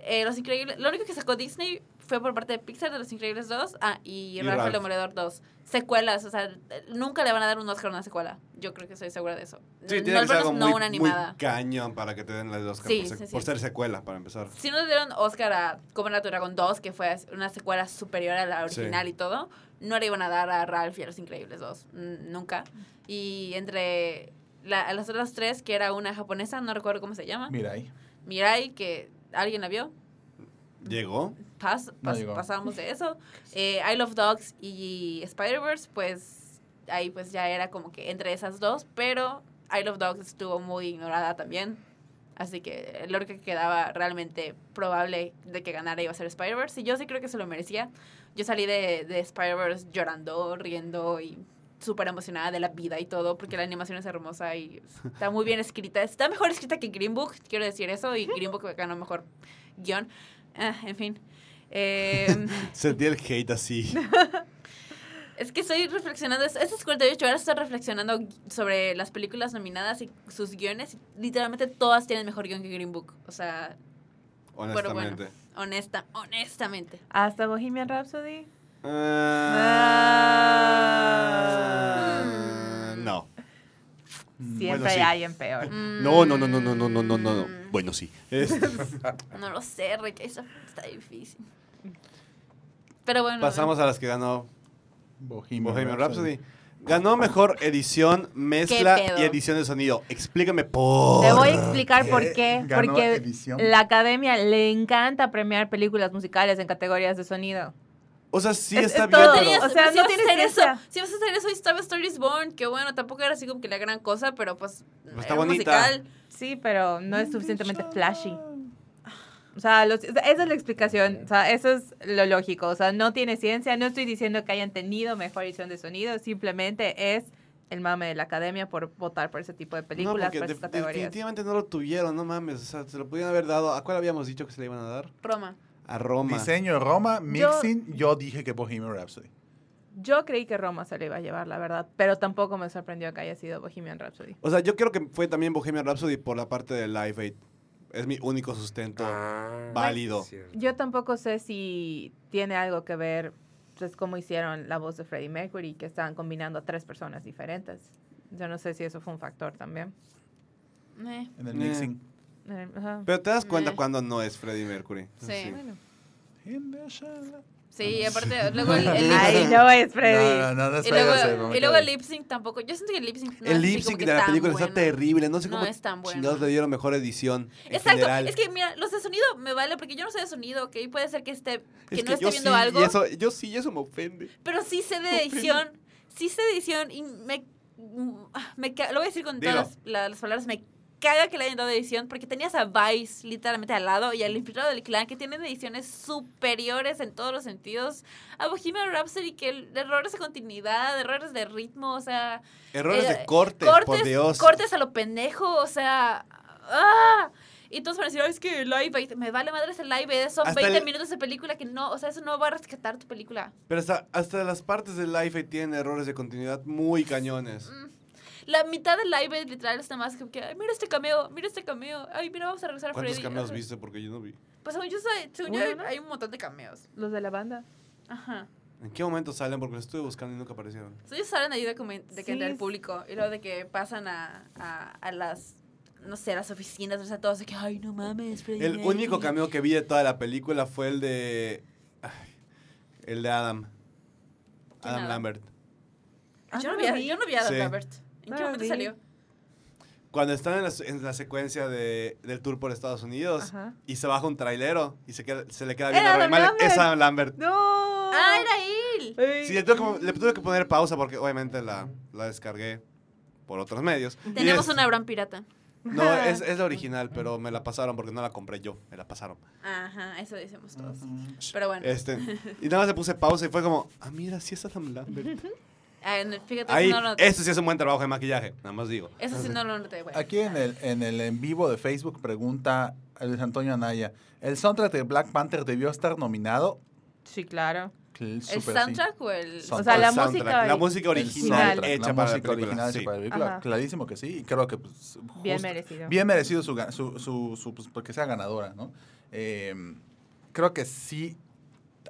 S3: eh, Los Increíbles, lo único que sacó Disney fue por parte de Pixar de Los Increíbles 2 ah, y,
S2: Y
S3: Ralph el
S2: Ralph.
S3: Demoledor 2. Secuelas, o sea, eh, nunca le van a dar un Oscar a una secuela. Yo creo que estoy segura de eso.
S2: Sí,
S3: no,
S2: tiene que
S3: al
S2: ser
S3: menos
S2: algo
S3: no
S2: muy,
S3: una
S2: muy
S3: animada.
S2: cañón para que te den las dos
S3: Sí,
S2: por, se-
S3: sí, sí.
S2: por ser secuela, para empezar.
S3: Si no le dieron Oscar a Como la Dragon 2, que fue una secuela superior a la original
S2: Sí.
S3: y todo, no le iban a dar a Ralph y a Los Increíbles 2. mm, Nunca. Y entre la- a las otras tres, que era una japonesa, no recuerdo cómo se llama,
S4: Mira ahí.
S3: Mirai, que alguien la vio,
S2: ¿Llegó?
S3: pas-
S4: No
S3: pas-
S4: llegó.
S3: pasábamos de eso. Eh, I Love Dogs y Spider-Verse, pues ahí pues ya era como que entre esas dos, pero I Love Dogs estuvo muy ignorada también. Así que lo que quedaba realmente probable de que ganara iba a ser Spider-Verse. Y yo sí creo que se lo merecía. Yo salí de, de Spider-Verse llorando, riendo y súper emocionada de la vida y todo, porque la animación es hermosa y está muy bien escrita. Está mejor escrita que Green Book, quiero decir eso, y Green Book ganó mejor guión. Ah, en fin. Em,
S2: Sentí el hate así.
S3: Es que estoy reflexionando, es- estas 48 horas estoy reflexionando gui- sobre las películas nominadas y sus guiones. y Literalmente todas tienen mejor guión que Green Book. O sea, bueno, bueno.
S2: Honestamente.
S3: honesta, honestamente.
S5: Hasta Bohemian Rhapsody.
S2: Ah,
S3: Mm.
S2: no.
S5: Siempre
S2: sí.
S5: hay alguien peor.
S2: No, no, no, no, no, no, no, no, no.
S3: Mm,
S2: Bueno, sí. Es-
S3: No lo sé, Rick, eso está difícil. Pero bueno.
S2: pasamos a las que ganó
S4: Bohemian,
S2: Bohemian Rhapsody. Ganó mejor edición,
S3: ¿Qué
S2: mezcla
S3: pedo?
S2: y edición de sonido. Explícame por.
S5: Te voy a explicar por qué.
S4: Ganó
S5: Porque
S4: edición.
S5: la academia le encanta premiar películas musicales en categorías de sonido.
S2: O sea, sí
S5: Es-
S2: está
S5: es
S2: bien,
S5: todo.
S2: pero.
S5: O sea, no
S3: vas a
S5: tienes
S3: hacer
S5: que
S3: eso.
S5: sea-
S3: Si vas a hacer eso, y estaba Stories Born, que bueno, tampoco era así como que la gran cosa, pero pues.
S2: Pero está
S3: era un
S2: bonita.
S5: Sí, pero no es suficientemente flashy. O sea, los- o sea, esa es la explicación. O sea, eso es lo lógico. O sea, no tiene ciencia. No estoy diciendo que hayan tenido mejor edición de sonido. Simplemente es el mame de la academia por votar por ese tipo de
S2: No,
S5: películas,
S2: porque
S5: por
S2: de-
S5: esas categorías.
S2: definitivamente no lo tuvieron, no mames. O sea, se lo pudieron haber dado. ¿A cuál habíamos dicho que se le iban a dar?
S3: Roma.
S2: A Roma.
S4: Diseño Roma, mixing, yo, dije que Bohemian Rhapsody.
S5: Yo creí que Roma se lo iba a llevar, la verdad. Pero tampoco me sorprendió que haya sido Bohemian Rhapsody.
S2: O sea, yo creo que fue también Bohemian Rhapsody por la parte de Live Aid. Es mi único sustento.
S6: Ah,
S2: Válido.
S6: cierto.
S5: Yo tampoco sé si tiene algo que ver pues, cómo hicieron la voz de Freddie Mercury, que estaban combinando a tres personas diferentes. Yo no sé si eso fue un factor también.
S3: Eh,
S4: En el
S2: Eh.
S4: mixing.
S5: Eh, ajá.
S2: Pero te das cuenta
S3: Meh.
S2: cuando no es Freddie Mercury.
S3: Mm. Sí.
S5: Bueno.
S4: In the shadow.
S3: sí. Sí, y aparte, luego el, el lip
S5: Ay,
S3: sync.
S5: no es Freddy.
S4: No, no, no, no es
S3: y
S4: Freddy,
S3: luego,
S4: no sé, no me
S3: y luego el
S4: cabe.
S3: lip sync tampoco. Yo siento que el lip sync no es
S2: el
S3: así
S2: lip
S3: como
S2: sync
S3: que
S2: de la
S3: tan
S2: película
S3: bueno.
S2: está terrible. No sé
S3: No
S2: cómo
S3: es tan bueno.
S2: chingados le dieron mejor edición. en
S3: Exacto,
S2: general.
S3: es que mira, los de sonido me vale porque yo no sé de sonido, ¿ok? Puede ser que esté que
S2: Es
S3: no esté
S2: yo
S3: viendo
S2: sí, y
S3: algo,
S2: eso- yo sí, eso me ofende.
S3: pero sí sé de edición, sí sé de edición y me, me ca- lo voy a decir con
S2: Dilo.
S3: todas la- las palabras, me caga que le hayan dado edición porque tenías a Vice literalmente al lado y al infiltrado del clan que tienen ediciones superiores en todos los sentidos, a Bohemian Rhapsody que el- errores de continuidad, errores de ritmo, o sea,
S2: Errores
S3: Eh,
S2: de corte, por Dios.
S3: cortes a lo pendejo, o sea. ¡ah! Y todos van a decir, "Ay, es que live Aid", me vale madre ese live, Aid, son
S2: Hasta
S3: 20
S2: el-
S3: minutos de película que no, o sea, eso no va a rescatar tu película.
S2: Pero hasta, hasta las partes del live tienen errores de continuidad muy cañones.
S3: Mm, La mitad del live Aid, literal es nada más como que, "Ay, mira este cameo, mira este cameo, ay, mira, vamos a regresar a Freddy.
S2: ¿Cuántos cambios
S3: Ajá.
S2: viste? Porque yo no vi.
S3: Pues según yo, soy- según yo,
S5: Uno, ¿no?
S3: hay un montón de cameos.
S5: Los de la banda.
S3: Ajá.
S2: ¿En qué momento salen? Porque los estuve buscando y nunca aparecieron.
S3: So, ellos salen ahí de, comen- de que
S5: Sí,
S3: del
S5: es-
S3: público y luego de que pasan a, a, a las, no sé, a las oficinas, o sea, todos de que, ay, no mames, Freddy.
S2: El
S3: Mercury".
S2: único cameo que vi de toda la película fue el de. ay, el de Adam.
S3: ¿Quién
S2: Adam
S3: Adam?
S2: Lambert.
S5: Ah,
S3: Yo no
S5: no
S3: vi
S5: lo
S3: a,
S5: vi.
S3: yo no vi a Adam
S2: Sí.
S3: Lambert. ¿En
S5: No
S3: qué
S5: lo
S3: momento
S5: vi.
S3: salió?
S2: Cuando están en la, se- en la secuencia de- del tour por Estados Unidos
S5: Ajá.
S2: y se baja un trailero y se, queda- se le queda
S5: Era
S2: viendo a Rami
S5: Adam
S2: Malek,
S5: Lambert.
S2: Es Adam Lambert.
S5: ¡No!
S3: ¡Ah, era él!
S5: Ay.
S2: Sí, le tuve, que, le tuve que poner pausa porque obviamente la, la descargué por otros medios. Y
S3: Tenemos
S2: es-
S3: una gran pirata.
S2: No, es, es la original, pero me la pasaron porque no la compré yo, me la pasaron.
S3: Ajá, eso decimos todos. Pero bueno,
S2: Este, y nada más le puse pausa y fue como, ah, mira, sí es Adam Lambert.
S3: ah, no, fíjate,
S2: Ahí,
S3: eso no lo noté.
S2: esto sí es un buen trabajo de maquillaje, nada más digo.
S3: Eso sí no lo noté, güey.
S4: Aquí en el, en el en vivo de Facebook pregunta a Luis Antonio Anaya, ¿el soundtrack de Black Panther debió estar nominado?
S5: Sí, claro.
S4: El
S3: ¿El soundtrack o el...?
S4: Son-
S5: O sea, la
S2: El soundtrack,
S5: música
S2: La
S5: ori-
S2: música original
S5: soundtrack,
S2: hecha
S4: la
S2: para la
S4: música
S2: película.
S4: original hecha
S2: sí.
S4: para la película.
S5: Ajá.
S4: Clarísimo que sí. Y creo que pues,
S5: Bien
S4: justo-
S5: merecido.
S4: Bien merecido su, ga- su, su, su, pues, porque sea ganadora, ¿no? Eh, creo que sí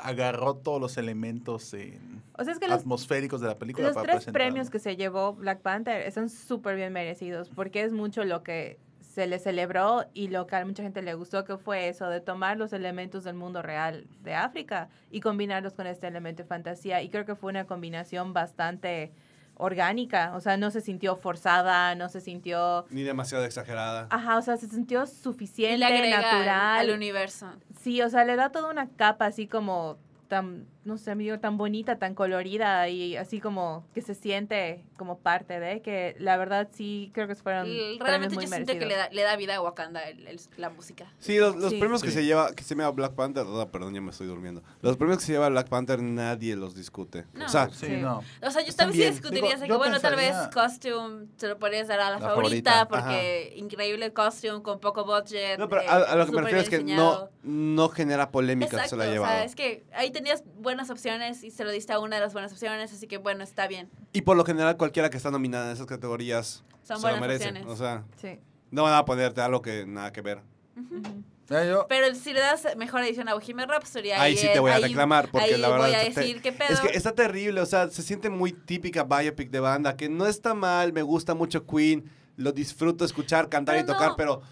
S4: agarró todos los elementos eh,
S5: O sea, es que los,
S4: atmosféricos de la película
S5: los
S4: para
S5: tres
S4: presentarlo.
S5: premios que se llevó Black Panther están súper bien merecidos porque es mucho lo que se le celebró y lo que a mucha gente le gustó que fue eso de tomar los elementos del mundo real de África y combinarlos con este elemento de fantasía y creo que fue una combinación bastante orgánica, o sea, no se sintió forzada, no se sintió
S2: Ni demasiado exagerada.
S3: Ah.
S5: Ajá, o sea, se sintió
S3: Y le
S5: suficiente,
S3: agrega natural. al
S5: natural.
S3: universo.
S5: Sí, o sea, le da toda una capa así como tan, no sé, amigo, tan bonita, tan colorida y así como que se siente como parte de, que la verdad sí creo que fueron
S3: Y
S5: premios
S3: Realmente
S5: muy
S3: yo siento que
S5: merecidos.
S3: le da, le da vida a Wakanda el- el- la música.
S2: Sí, los, los
S5: Sí.
S2: premios que
S4: Sí.
S2: se lleva, que se me Black Panther, oh, perdón, ya me estoy durmiendo. Los premios que se lleva Black Panther nadie los discute.
S3: No.
S2: O sea,
S4: Ah, Sí,
S5: Sí.
S4: no.
S3: O sea, yo
S4: Están
S3: también
S4: bien.
S3: sí discutiría,
S4: Digo,
S3: de que,
S4: yo
S3: bueno, tal vez
S4: pensaría-
S3: Costume se lo podrías dar a la,
S4: La
S3: favorita,
S4: favorita,
S3: porque increíble Costume con poco budget.
S2: no, pero
S3: eh,
S2: a, a lo que me
S3: súper
S2: refiero es que
S3: diseñado.
S2: no, no genera polémica
S3: Exacto,
S2: se la ha
S3: o
S2: llevado.
S3: sea, es que ahí tenías buenas opciones y se lo diste a una de las buenas opciones, así que bueno, está bien.
S2: Y por lo general, cualquiera que está nominada en esas categorías
S3: Son
S2: se lo
S3: buenas
S2: merece.
S3: opciones.
S2: O sea,
S5: Sí.
S2: no van a ponerte algo que nada que ver.
S5: Ujú.
S4: Mira, Eh, yo-
S3: Pero si le das mejor edición a Bohemian Rhapsody, ahí,
S2: Ahí sí
S3: es-
S2: te voy a
S3: ahí-
S2: reclamar, porque
S3: ahí
S2: la verdad
S3: voy a
S2: es que te-
S3: decir qué pedo.
S2: Es que está terrible, o sea, se siente muy típica biopic de banda, que no está mal, me gusta mucho Queen, lo disfruto escuchar, cantar
S3: Pero
S2: y tocar,
S3: no.
S2: pero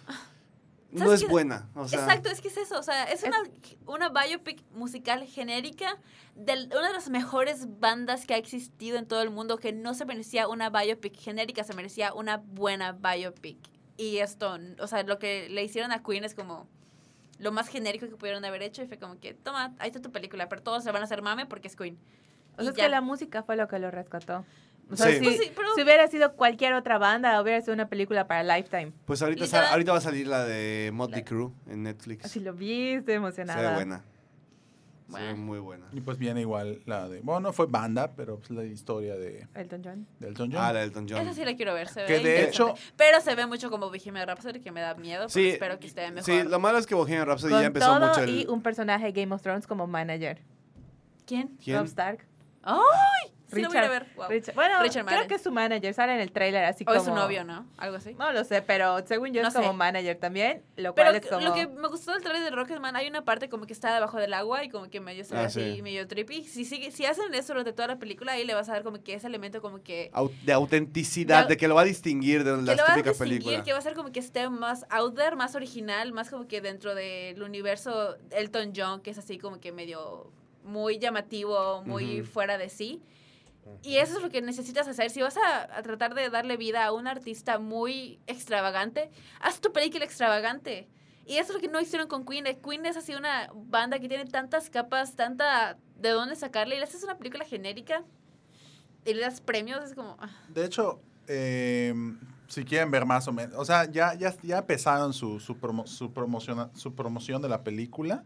S2: no
S3: ¿Sabes
S2: es
S3: qué?
S2: buena. O sea,
S3: Exacto, es que es eso, o sea, es,
S5: Es-
S3: Una, una biopic musical genérica de una de las mejores bandas que ha existido en todo el mundo que no se merecía una biopic genérica, se merecía una buena biopic. Y esto, o sea, lo que le hicieron a Queen es como lo más genérico que pudieron haber hecho y fue como que, toma, ahí está tu película, pero todos se van a hacer mame porque es Queen.
S5: O
S3: Y
S5: sea, es
S3: ya.
S5: que la música fue lo que lo rescató. O sea,
S2: Sí.
S5: si,
S3: Pues sí, pero-
S5: si hubiera sido cualquier otra banda, hubiera sido una película para Lifetime.
S2: Pues ahorita,
S3: Literal-
S2: sal- ahorita va a salir la de Motley Crue en Netflix.
S5: Así lo vi, estoy
S2: Se ve
S5: emocionada.
S2: buena. Se ve
S3: Bueno.
S2: muy buena.
S4: Y pues viene igual la de... Bueno, no fue banda, pero pues la historia de,
S5: Elton John.
S4: de Elton John.
S2: Ah, la de Elton John.
S3: Esa sí la quiero ver, se ve
S4: Que de
S2: Eh,
S3: interesante.
S4: hecho-
S3: Pero se ve mucho como Bohemian Rhapsody que me da miedo, pero espero que esté mejor.
S2: Sí, lo malo es que Bohemian Rhapsody
S5: Con
S2: ya empezó
S5: todo
S2: mucho el...
S5: y un personaje de Game of Thrones como manager.
S3: ¿Quién?
S2: ¿Quién?
S5: Rob Stark.
S3: Sí lo voy a ir a
S5: Richard.
S3: ver. Wow.
S5: Richard- Bueno,
S3: Richard Madden.
S5: creo que es su manager. Sale en el trailer así
S3: O
S5: como...
S3: es su novio, ¿no? Algo así.
S5: No lo sé, pero según yo
S3: No
S5: es como
S3: sé.
S5: manager también, lo
S3: Pero
S5: cual es como...
S3: lo que me gustó del trailer de Rocketman, hay una parte como que está debajo del agua y como que medio se ve
S2: Ah,
S3: así,
S2: sí.
S3: medio trippy. Si, sigue- si hacen eso durante toda la película, ahí le vas a dar como que ese elemento como que...
S2: au- de autenticidad,
S3: De-
S2: de, que lo va a distinguir de
S3: que
S2: Ah, las
S3: lo vas a
S2: típicas
S3: distinguir,
S2: películas.
S3: que va a ser como que esté más out there, más original, más como que dentro del universo Elton John, que es así como que medio muy llamativo, muy
S2: Ujú.
S3: fuera de sí. Y eso es lo que necesitas hacer. Si vas a, a tratar de darle vida a un artista muy extravagante, haz tu película extravagante. Y eso es lo que no hicieron con Queen. Eh, Queen es así una banda que tiene tantas capas, tanta de dónde sacarle. Y le haces una película genérica y le das premios. Es como... ah.
S4: De hecho, eh, si quieren ver más o menos, o sea, ya, ya, ya empezaron su, su, promo- su, promoción, su promoción de la película,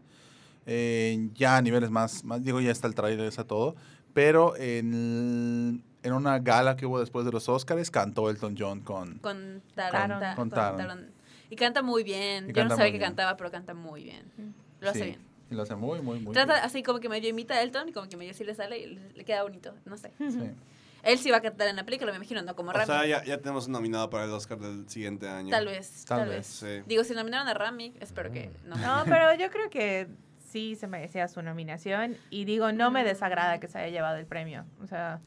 S4: eh, ya a niveles más, más, digo, ya está el trailer, ya está todo, pero en, en una gala que hubo después de los Oscars, cantó Elton John con...
S3: Con
S4: Con-
S3: Taron. ta-
S4: con
S3: con
S4: Taron.
S3: Taron. Y canta muy bien. Yo no
S4: Y canta muy
S3: sabía que
S4: bien.
S3: cantaba, pero canta muy bien. Lo hace
S4: sí,
S3: bien.
S4: Y lo hace muy, muy, muy
S3: Trata
S4: bien.
S3: así como que medio imita a Elton y como que medio sí le sale y le, le queda bonito. No sé.
S4: Sí.
S3: Él sí va a cantar en la película, me imagino, no como
S2: O
S3: Rami.
S2: sea, ya, ya tenemos un nominado para el Oscar del siguiente año.
S3: tal vez,
S4: Tal
S3: tal,
S4: vez.
S3: vez.
S2: Sí.
S3: Digo, si nominaron a Rami, espero que no.
S5: No, pero yo creo que sí se merecía su nominación. Y digo, no me desagrada que se haya llevado el premio. O sea,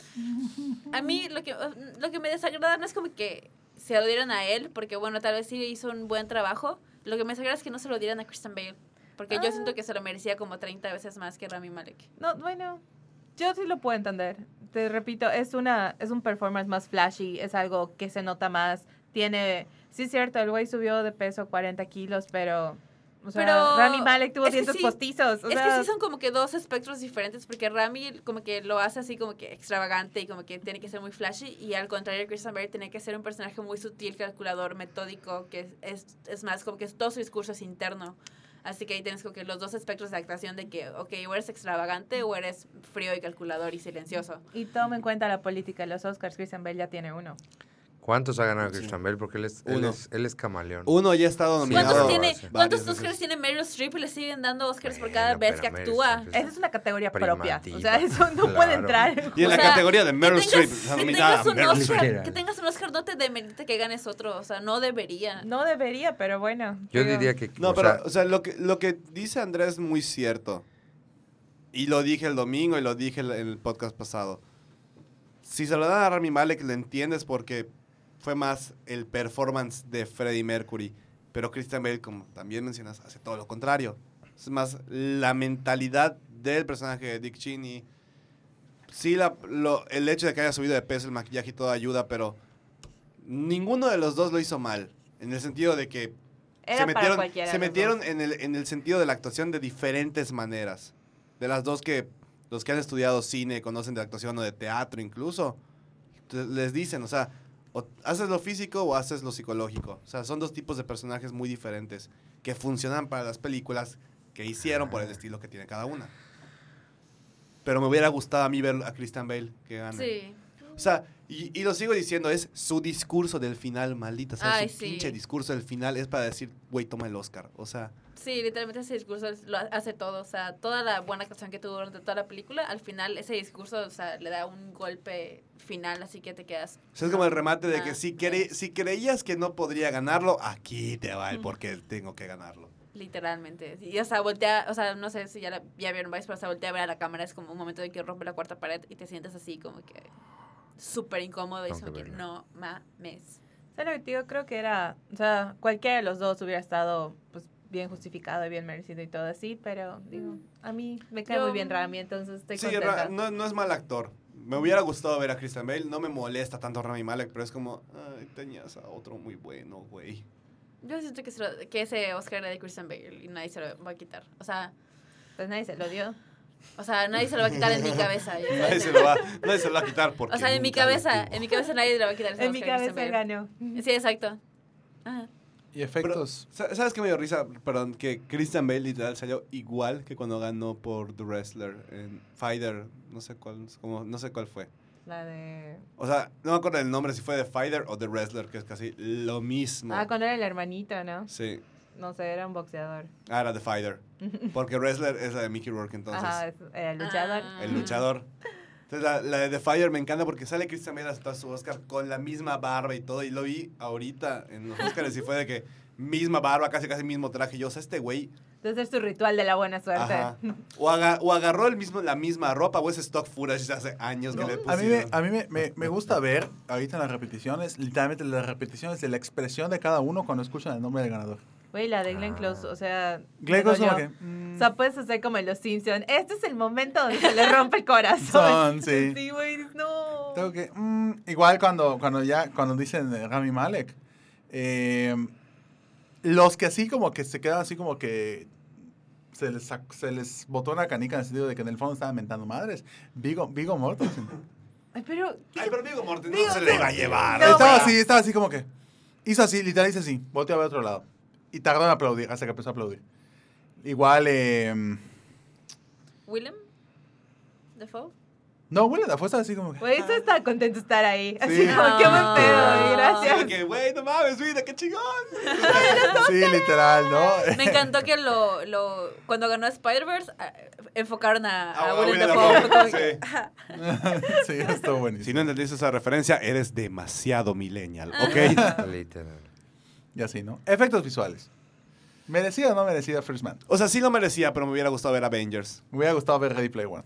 S3: A mí lo que, lo que me desagrada no es como que se lo dieran a él, porque bueno, tal vez sí hizo un buen trabajo. Lo que me desagrada es que no se lo dieran a Christian Bale, porque yo siento que se lo merecía como 30 veces más que Rami Malek.
S5: no, bueno, yo sí lo puedo entender. Te repito, es una es un performance más flashy, es algo que se nota más. Tiene, sí es cierto, el güey subió de peso 40 kilos, pero... O sea,
S3: Pero
S5: Rami Malek tuvo
S3: es que
S5: dientes
S3: sí,
S5: postizos. o
S3: es
S5: sea,
S3: que sí son como que dos espectros diferentes, porque Rami como que lo hace así como que extravagante y como que tiene que ser muy flashy, y al contrario, Christian Bale tiene que ser un personaje muy sutil, calculador, metódico, que es, es, es más como que todo su discurso es interno. Así que ahí tienes como que los dos espectros de actuación de que, ok, o eres extravagante o eres frío y calculador y silencioso.
S5: Y toma en cuenta la política de los Oscars. Christian Bale ya tiene uno.
S6: ¿Cuántos ha ganado
S2: Sí.
S6: Christian Bell? Porque él es, él
S2: Uno.
S6: es, él es camaleón.
S2: Uno ya ha estado nominado.
S3: ¿Cuántos,
S6: no,
S3: tiene,
S6: sí.
S2: varias
S3: ¿cuántos Oscars
S2: veces.
S3: tiene Meryl Streep y le siguen dando Oscars por
S6: Bueno,
S3: cada vez
S6: pero
S3: que
S6: Meryl
S3: actúa?
S6: Streep
S5: Esa es una categoría propia. O sea,
S6: Primativa,
S5: eso no puede
S6: claro.
S5: entrar. en
S2: Y en
S3: O
S2: la
S3: sea,
S2: categoría de Meryl
S3: que tengas,
S2: Streep, la
S3: que
S2: nominada
S3: tengas un
S2: Meryl Streep.
S3: Oscar,
S6: Streep.
S3: que tengas un Oscar no te demerita que ganes otro, o sea, no debería.
S5: No debería, pero bueno.
S6: Yo
S5: digo,
S6: diría que.
S2: No,
S6: o
S2: pero,
S6: sea,
S2: o sea, lo que, lo que dice Andrés es muy cierto. Y lo dije el domingo y lo dije el- en el podcast pasado. Si se lo dan a Rami Malek, le entiendes porque fue más el performance de Freddie Mercury. Pero Christian Bale, como también mencionas, hace todo lo contrario. Es más la mentalidad del personaje de Dick Cheney. Sí, la- lo- el hecho de que haya subido de peso, el maquillaje y todo ayuda, pero ninguno de los dos lo hizo mal. En el sentido de que
S5: Era
S2: se
S5: para
S2: metieron,
S5: cualquiera
S2: se
S5: de los
S2: metieron en, el, en el sentido de la actuación de diferentes maneras. De las dos que los que han estudiado cine, conocen de actuación o de teatro incluso, te- les dicen, o sea, o haces lo físico o haces lo psicológico. O sea, son dos tipos de personajes muy diferentes que funcionan para las películas que hicieron por el estilo que tiene cada una. Pero me hubiera gustado a mí ver a Christian Bale que gane.
S3: Sí.
S2: O sea, y, y lo sigo diciendo, es su discurso del final, maldita. O sea,
S3: Ay,
S2: su
S3: sí.
S2: pinche discurso del final es para decir, güey, toma el Oscar. O sea,
S3: Sí, literalmente ese discurso es- lo ha- hace todo, o sea, toda la buena canción que tuvo durante toda la película, al final ese discurso, o sea, le da un golpe final, así que te quedas.
S2: o sea, es como el remate de
S3: Ah,
S2: que si,
S3: sí.
S2: cre- si creías que no podría ganarlo, aquí te va el porque tengo que ganarlo.
S3: Literalmente. Y, o sea, voltea, o sea, no sé si ya, la, ya vieron Vice, pero o sea, voltea a ver a la cámara, es como un momento de que rompe la cuarta pared y te sientes así como que súper incómodo y es
S6: Tengo
S3: como
S6: que
S3: que
S6: verla.
S3: no mames.
S5: O sea, lo que te digo, creo que era, o sea, cualquiera de los dos hubiera estado pues, bien justificado y bien merecido y todo así, pero digo, a mí me cae
S3: Yo-
S5: muy bien Rami, entonces estoy
S2: Sí,
S5: contenta.
S2: Ra- no, no es mal actor. Me hubiera gustado ver a Christian Bale. No me molesta tanto Rami Malek, pero es como, ay, tenías a otro muy bueno, güey.
S3: Yo siento que, se lo- que ese Oscar era de Christian Bale y nadie se lo va a quitar. O sea,
S5: Pues nadie se lo dio.
S3: o sea nadie se lo va a quitar en mi cabeza. ya
S2: Nadie
S3: sabes.
S2: se lo va, nadie se lo va a quitar porque
S3: O sea, en mi
S2: nunca lo
S3: cabeza,
S2: tuvo.
S3: en mi cabeza nadie le va a quitar ese
S5: En mi
S3: Oscar a Christian
S5: cabeza
S3: Bale.
S5: ganó.
S3: Sí, exacto. Ajá.
S4: Y efectos.
S2: Sa- ¿Sabes qué me dio risa? Perdón, que Christian Bale literal salió igual que cuando ganó por The Wrestler en Fighter, no sé cuál, como, no sé cuál fue.
S5: La de...
S2: O sea, no me acuerdo el nombre si fue de Fighter o The Wrestler, que es casi lo mismo.
S5: Ah, cuando era el hermanito, ¿no?
S2: Sí,
S5: No sé, era un boxeador.
S2: ah, era The Fighter. Porque Wrestler es la de Mickey Rourke entonces.
S5: Ajá, era el luchador.
S3: Ah.
S2: El luchador. Entonces la, la de The Fire me encanta porque sale Christian Bale hasta su Oscar con la misma barba y todo. Y lo vi ahorita en los Oscars y fue de que misma barba, casi casi mismo traje. Yo, o sea, este güey
S5: Entonces es su ritual de la buena suerte.
S2: Ajá. O, aga- o agarró el mismo, la misma ropa o ese stock footage de hace años que le
S4: A mí, me,
S2: pusieron.
S4: a mí me, me- me gusta ver, ahorita en las repeticiones, literalmente las repeticiones de la expresión de cada uno cuando escuchan el nombre del ganador.
S5: Güey, la de Glenn Close, o sea... me
S4: Glenn Close como
S5: dolió.
S4: que, mm.
S5: O sea, puedes hacer como en Los Simpsons. Este es el momento donde se le rompe el
S4: Son,
S5: corazón.
S4: sí.
S5: Sí, güey, no.
S4: Tengo que. mm, igual cuando, cuando ya, cuando dicen eh, Rami Malek. eh, los que así como que se quedan así como que. Se les, sac- se les botó una canica en el sentido de que en el fondo estaban mentando madres. Vigo, Vigo Mortensen.
S5: Ay, pero... ¿qué
S2: Ay, pero Vigo Mortensen
S5: Viggo
S2: no se le va a llevar.
S5: No,
S4: estaba
S5: güey.
S4: así, estaba así como que. Hizo así, literal hizo así. Volteó a ver otro lado. Y tardó en aplaudir, hasta que empezó a aplaudir. Igual, eh,
S3: ¿Willem? ¿Defoe?
S4: No, Willem Dafoe estaba así como que.
S5: Güey, eso está contento de estar ahí. Así
S4: Sí.
S5: como, qué buen pedo,
S3: Ah.
S5: güey, gracias.
S2: Así que, güey, no mames, vida, qué chingón.
S4: Sí, literal, ¿no?
S3: Me encantó que lo, lo cuando ganó Spider-Verse ah, enfocaron a, a
S2: Ah,
S3: Willem
S2: Willem
S3: Dafoe.
S2: Dafoe,
S3: Fue como
S2: sí.
S3: que,
S4: sí, estuvo buenísimo.
S2: Si no entendiste esa referencia, eres demasiado millennial, ¿ok?
S6: Literal.
S4: Y así, ¿no? Efectos visuales. ¿Merecida o no merecida First Man?
S2: O sea, sí lo merecía, pero me hubiera gustado ver Avengers.
S4: Me hubiera gustado ver Ready Player One.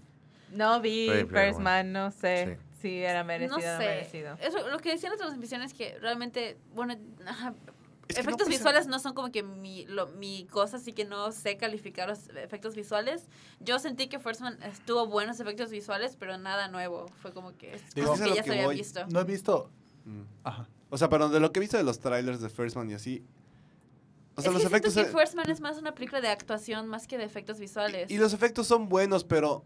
S5: No vi
S6: Oye, pero
S5: First
S6: bueno.
S5: Man, no sé si era merecido
S3: no
S5: o no
S3: sé.
S5: merecido.
S3: Eso, lo que decían las transmisiones es que realmente, bueno, ajá,
S2: Es que no
S3: efectos
S2: pasa-
S3: visuales no son como que mi, lo- mi cosa, así que no sé calificar los efectos visuales. Yo sentí que First Man estuvo buenos efectos visuales, pero nada nuevo. Fue como que es
S4: Digo,
S3: cosas
S2: es a
S3: que
S2: lo
S3: ya
S2: que
S3: se había
S2: voy.
S3: visto.
S4: No he visto.
S2: Mm.
S4: Ajá.
S2: O sea, pero de lo que he visto de los trailers de First Man y así. O sea,
S3: es
S2: los
S3: que siento
S2: efectos.
S3: que First Man es más una película de actuación más que de efectos visuales.
S2: Y los efectos son buenos, pero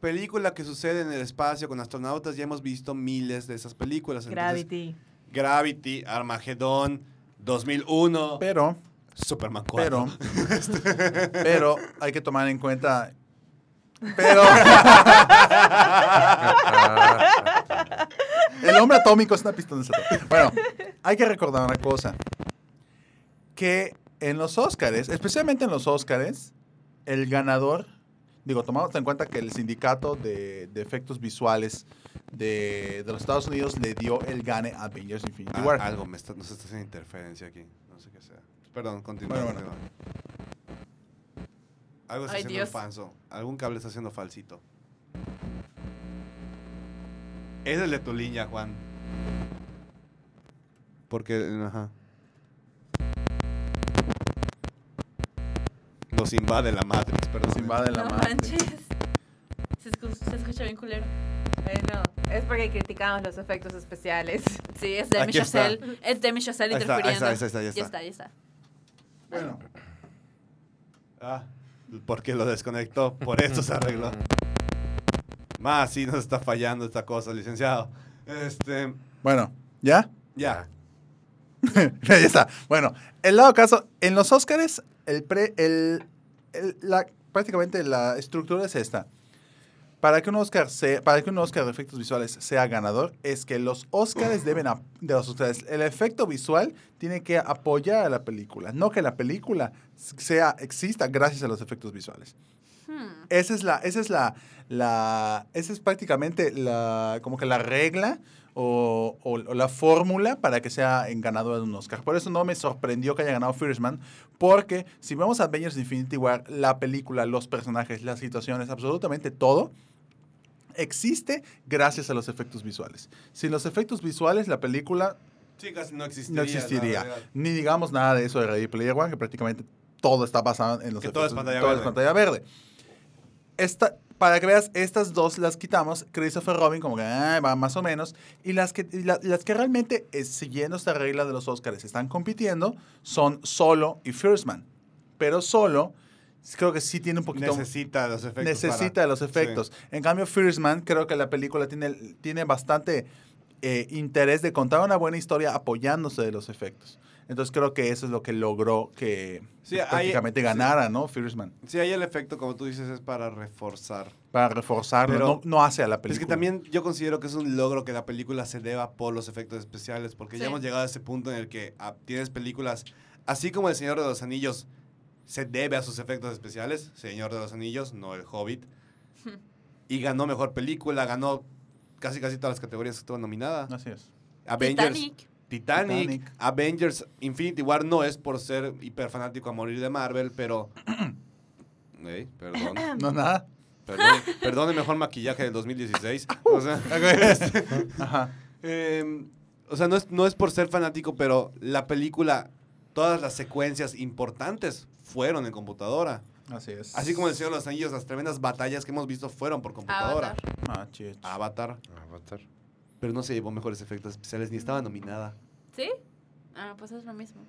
S2: película que sucede en el espacio con astronautas, ya hemos visto miles de esas películas. Entonces,
S5: Gravity.
S2: Gravity, Armagedón, 2001,
S4: Pero,
S2: Superman 4.
S4: pero, pero hay que tomar en cuenta. Pero Ah, el hombre atómico es una pistola. Bueno, hay que recordar una cosa. Que en los Óscares, especialmente en los Óscares, el ganador, digo, tomamos en cuenta que el sindicato de, de efectos visuales de, de los Estados Unidos le dio el gane a Avengers Infinity
S2: Ah,
S4: War.
S2: algo me está, nos está haciendo interferencia aquí. No sé qué sea. Perdón, continúa.
S4: Bueno, bueno.
S2: continúa. Algo está
S3: Ay,
S2: haciendo
S3: Dios.
S2: falso. Algún cable está haciendo falsito. Ese Es el de tu línea, Juan. Porque, ajá. Nos invade la Matrix, perdón.
S4: Nos invade la
S3: no
S4: madre.
S3: manches. Se escu- se escucha bien culero.
S5: Bueno, es porque criticamos los efectos especiales.
S3: Sí, es Demi
S2: Aquí está.
S3: Chazelle. Es Demi Chazelle
S2: Ahí está, ahí
S3: interfiriendo.
S2: está, ahí está, ahí está.
S3: Ya está, ya está.
S4: Bueno,
S2: Ah, porque lo desconectó, por eso se arregló. Más, sí nos está fallando esta cosa, licenciado. Este,
S4: bueno, ¿ya?
S2: ya.
S4: ya está. Bueno, el lado caso, en los Óscares, el pre, el, el- la, prácticamente la estructura es esta. Para que un Óscar se, para que un Óscar de efectos visuales sea ganador, es que los Óscares deben ap- de los Óscares, el efecto visual tiene que apoyar a la película, no que la película sea exista gracias a los efectos visuales.
S3: Hmm.
S4: Esa es la, esa es la, la, esa es prácticamente la, como que la regla o, o- o la fórmula para que sea en ganador de un Oscar. Por eso no me sorprendió que haya ganado First Man, porque si vemos Avengers Infinity War, la película, los personajes, las situaciones, absolutamente todo, existe gracias a los efectos visuales. Sin los efectos visuales, la película
S2: Chicas, no existiría.
S4: no
S2: la
S4: existiría.
S2: verdad.
S4: Ni digamos nada de eso de Ready Player One, que prácticamente todo está basado en los
S2: Que todo es pantalla
S4: todo
S2: verde.
S4: es pantalla verde. Esta, para que veas, estas dos las quitamos. Christopher Robin, como que ah, va más o menos. Y las que, y la- las que realmente, eh, siguiendo esta regla de los Oscars, están compitiendo son Solo y First Man. Pero Solo, creo que sí tiene un poquito
S2: Necesita los efectos.
S4: necesita
S2: para-
S4: los efectos. En cambio, First Man, creo que la película tiene, tiene bastante eh, interés de contar una buena historia apoyándose de los efectos. Entonces creo que eso es lo que logró que
S2: Sí,
S4: pues,
S2: hay-
S4: prácticamente
S2: sí.
S4: ganara, ¿no? First Man.
S2: Sí. Sí, ahí el efecto, como tú dices, es para reforzar.
S4: Para reforzarlo.
S2: Pero-
S4: no, no hace a la
S2: Pero
S4: película.
S2: es que también yo considero que es un logro que la película se deba por los efectos especiales, porque ya
S3: Sí.
S2: hemos llegado a ese punto en el que ah, tienes películas, así como El Señor de los Anillos se debe a sus efectos especiales, Señor de los Anillos, no El Hobbit, y ganó mejor película, ganó casi casi todas las categorías que estuvo nominada.
S4: Así es.
S2: Avengers,
S3: Titanic.
S2: Titanic,
S4: Titanic.
S2: Avengers, Infinity War no es por ser hiperfanático a morir de Marvel, pero... Ey, perdón.
S4: No, nada.
S2: Perdón, perdón el mejor maquillaje del 2016. O sea, em,
S4: Ajá.
S2: eh, o sea, no es, no es por ser fanático, pero la película todas las secuencias importantes fueron en computadora.
S4: Así es.
S2: Así como el Señor de los Anillos, las tremendas batallas que hemos visto fueron por computadora.
S3: Avatar.
S4: Ah, chich.
S2: Avatar.
S6: Avatar.
S2: Pero no se llevó mejores efectos especiales ni estaba nominada.
S3: ¿Sí? Ah, pues es lo mismo.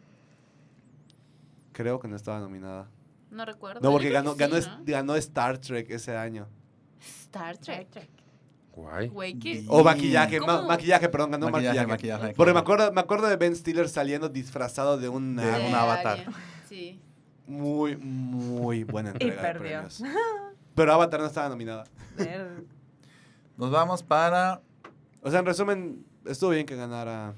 S2: Creo que no estaba nominada.
S3: No recuerdo.
S2: No,
S3: Yo
S2: porque
S3: creo
S2: ganó,
S3: que
S2: ganó,
S3: sí,
S2: es- ganó Star Trek ese año.
S3: Star Trek.
S6: Guay.
S3: Güey, ¿qué?
S2: O maquillaje, ma-
S3: ¿Cómo?
S2: maquillaje, perdón, ganó maquillaje.
S4: maquillaje, maquillaje.
S2: Porque me acuerdo, me acuerdo de Ben Stiller saliendo disfrazado de un
S4: De
S2: ave.
S4: un avatar.
S3: alguien. Sí.
S2: Muy, muy buena entrega de
S5: perdió.
S2: premios. Pero Avatar no estaba nominada.
S5: Ver-
S4: Nos vamos para.
S2: O sea, en resumen, estuvo bien que ganara.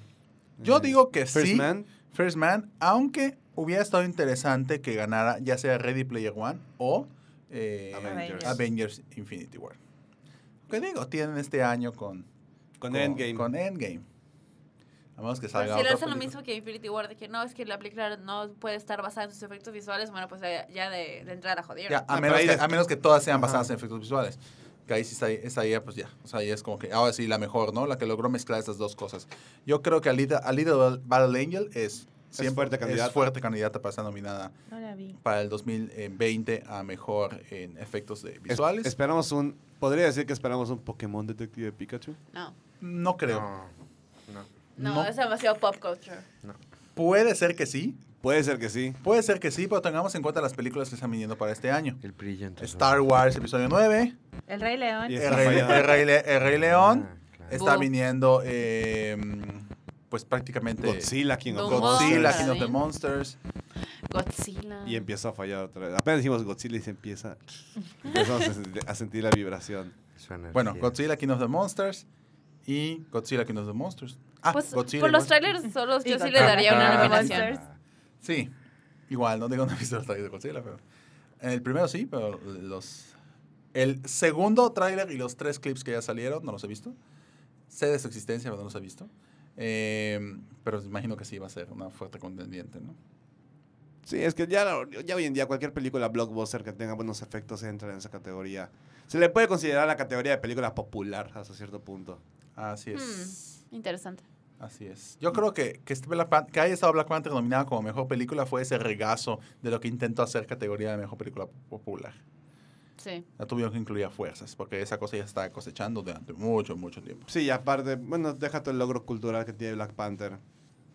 S4: Yo
S2: eh,
S4: digo que
S2: First
S4: sí.
S2: Man.
S4: First Man, aunque hubiera estado interesante que ganara ya sea Ready Player One o eh,
S2: Avengers.
S4: Avengers Infinity War. ¿Qué digo? Tienen este año con,
S2: Con, Endgame.
S4: Con Endgame. A menos que
S3: Pero
S4: salga
S3: Pues si le
S4: otra
S3: hacen lo
S4: película.
S3: mismo que Infinity War, de que no, es que la película no puede estar basada en sus efectos visuales, bueno, pues ya, ya de, de entrada jodieron.
S4: Ya, a,
S2: Ah,
S4: menos
S2: pero ahí
S4: que,
S2: es-
S4: a menos que todas sean
S2: Ajá.
S4: basadas en efectos visuales. Que ahí sí está, esa idea, pues ya. O sea, ya es como que ahora sí la mejor, ¿no? La que logró mezclar esas dos cosas. Yo creo que Alita, Alita Battle Angel es,
S2: fuerte candidata.
S4: es fuerte candidata para ser nominada
S5: No la vi.
S4: para el 2020 a mejor en efectos de
S2: Es-
S4: visuales.
S2: esperamos un. Podría decir que esperamos un Pokémon Detective Pikachu.
S3: No,
S4: no creo.
S6: No. no.
S3: no,
S4: No.
S3: es demasiado pop culture.
S4: Puede ser que sí.
S2: Puede ser que sí.
S4: Puede ser que sí, pero tengamos en cuenta las películas que están viniendo para este año.
S6: El brillante.
S4: Star Wars Episodio 9,
S5: El Rey León.
S2: Y Ah.
S4: El
S2: está
S4: Rey,
S2: fallada.
S4: El Rey Le- El Rey León.
S6: Ah,
S4: Está
S3: Boo.
S4: viniendo, eh, pues prácticamente
S2: Godzilla, King of
S3: Boom.
S4: Godzilla,
S3: Monsters.
S4: King of the Monsters.
S3: Godzilla.
S2: Y empieza a fallar otra vez. Apenas dijimos Godzilla y se empieza. Empezamos a sentir, a sentir la vibración.
S4: Bueno, Godzilla, King of the Monsters y Godzilla, King of the Monsters. Ah,
S3: Pues
S4: Godzilla.
S3: por los
S4: igual.
S3: trailers solos
S5: Y
S3: yo sí le
S5: Godzilla.
S3: daría una
S5: Ah.
S3: nominación.
S4: Sí, igual, no digo no he visto los trailers de Godzilla, pero. El primero sí, pero los. El segundo tráiler y los tres clips que ya salieron, no los he visto. Sé de su existencia, pero no los he visto. Eh, pero imagino que sí va a ser una fuerte contendiente, ¿no?
S2: Sí, es que ya, la- ya hoy en día cualquier película blockbuster que tenga buenos efectos entra en esa categoría. Se le puede considerar la categoría de película popular hasta cierto punto.
S4: Así es.
S3: Hmm, Interesante.
S4: Así es. Yo creo que que, este Black Pan- que haya estado Black Panther nominada como mejor película fue ese regazo de lo que intentó hacer categoría de mejor película popular.
S3: Sí.
S4: La tuvieron que incluir a fuerzas, porque esa cosa ya está cosechando durante mucho, mucho tiempo.
S2: Sí, y aparte, bueno, deja todo el logro cultural que tiene Black Panther.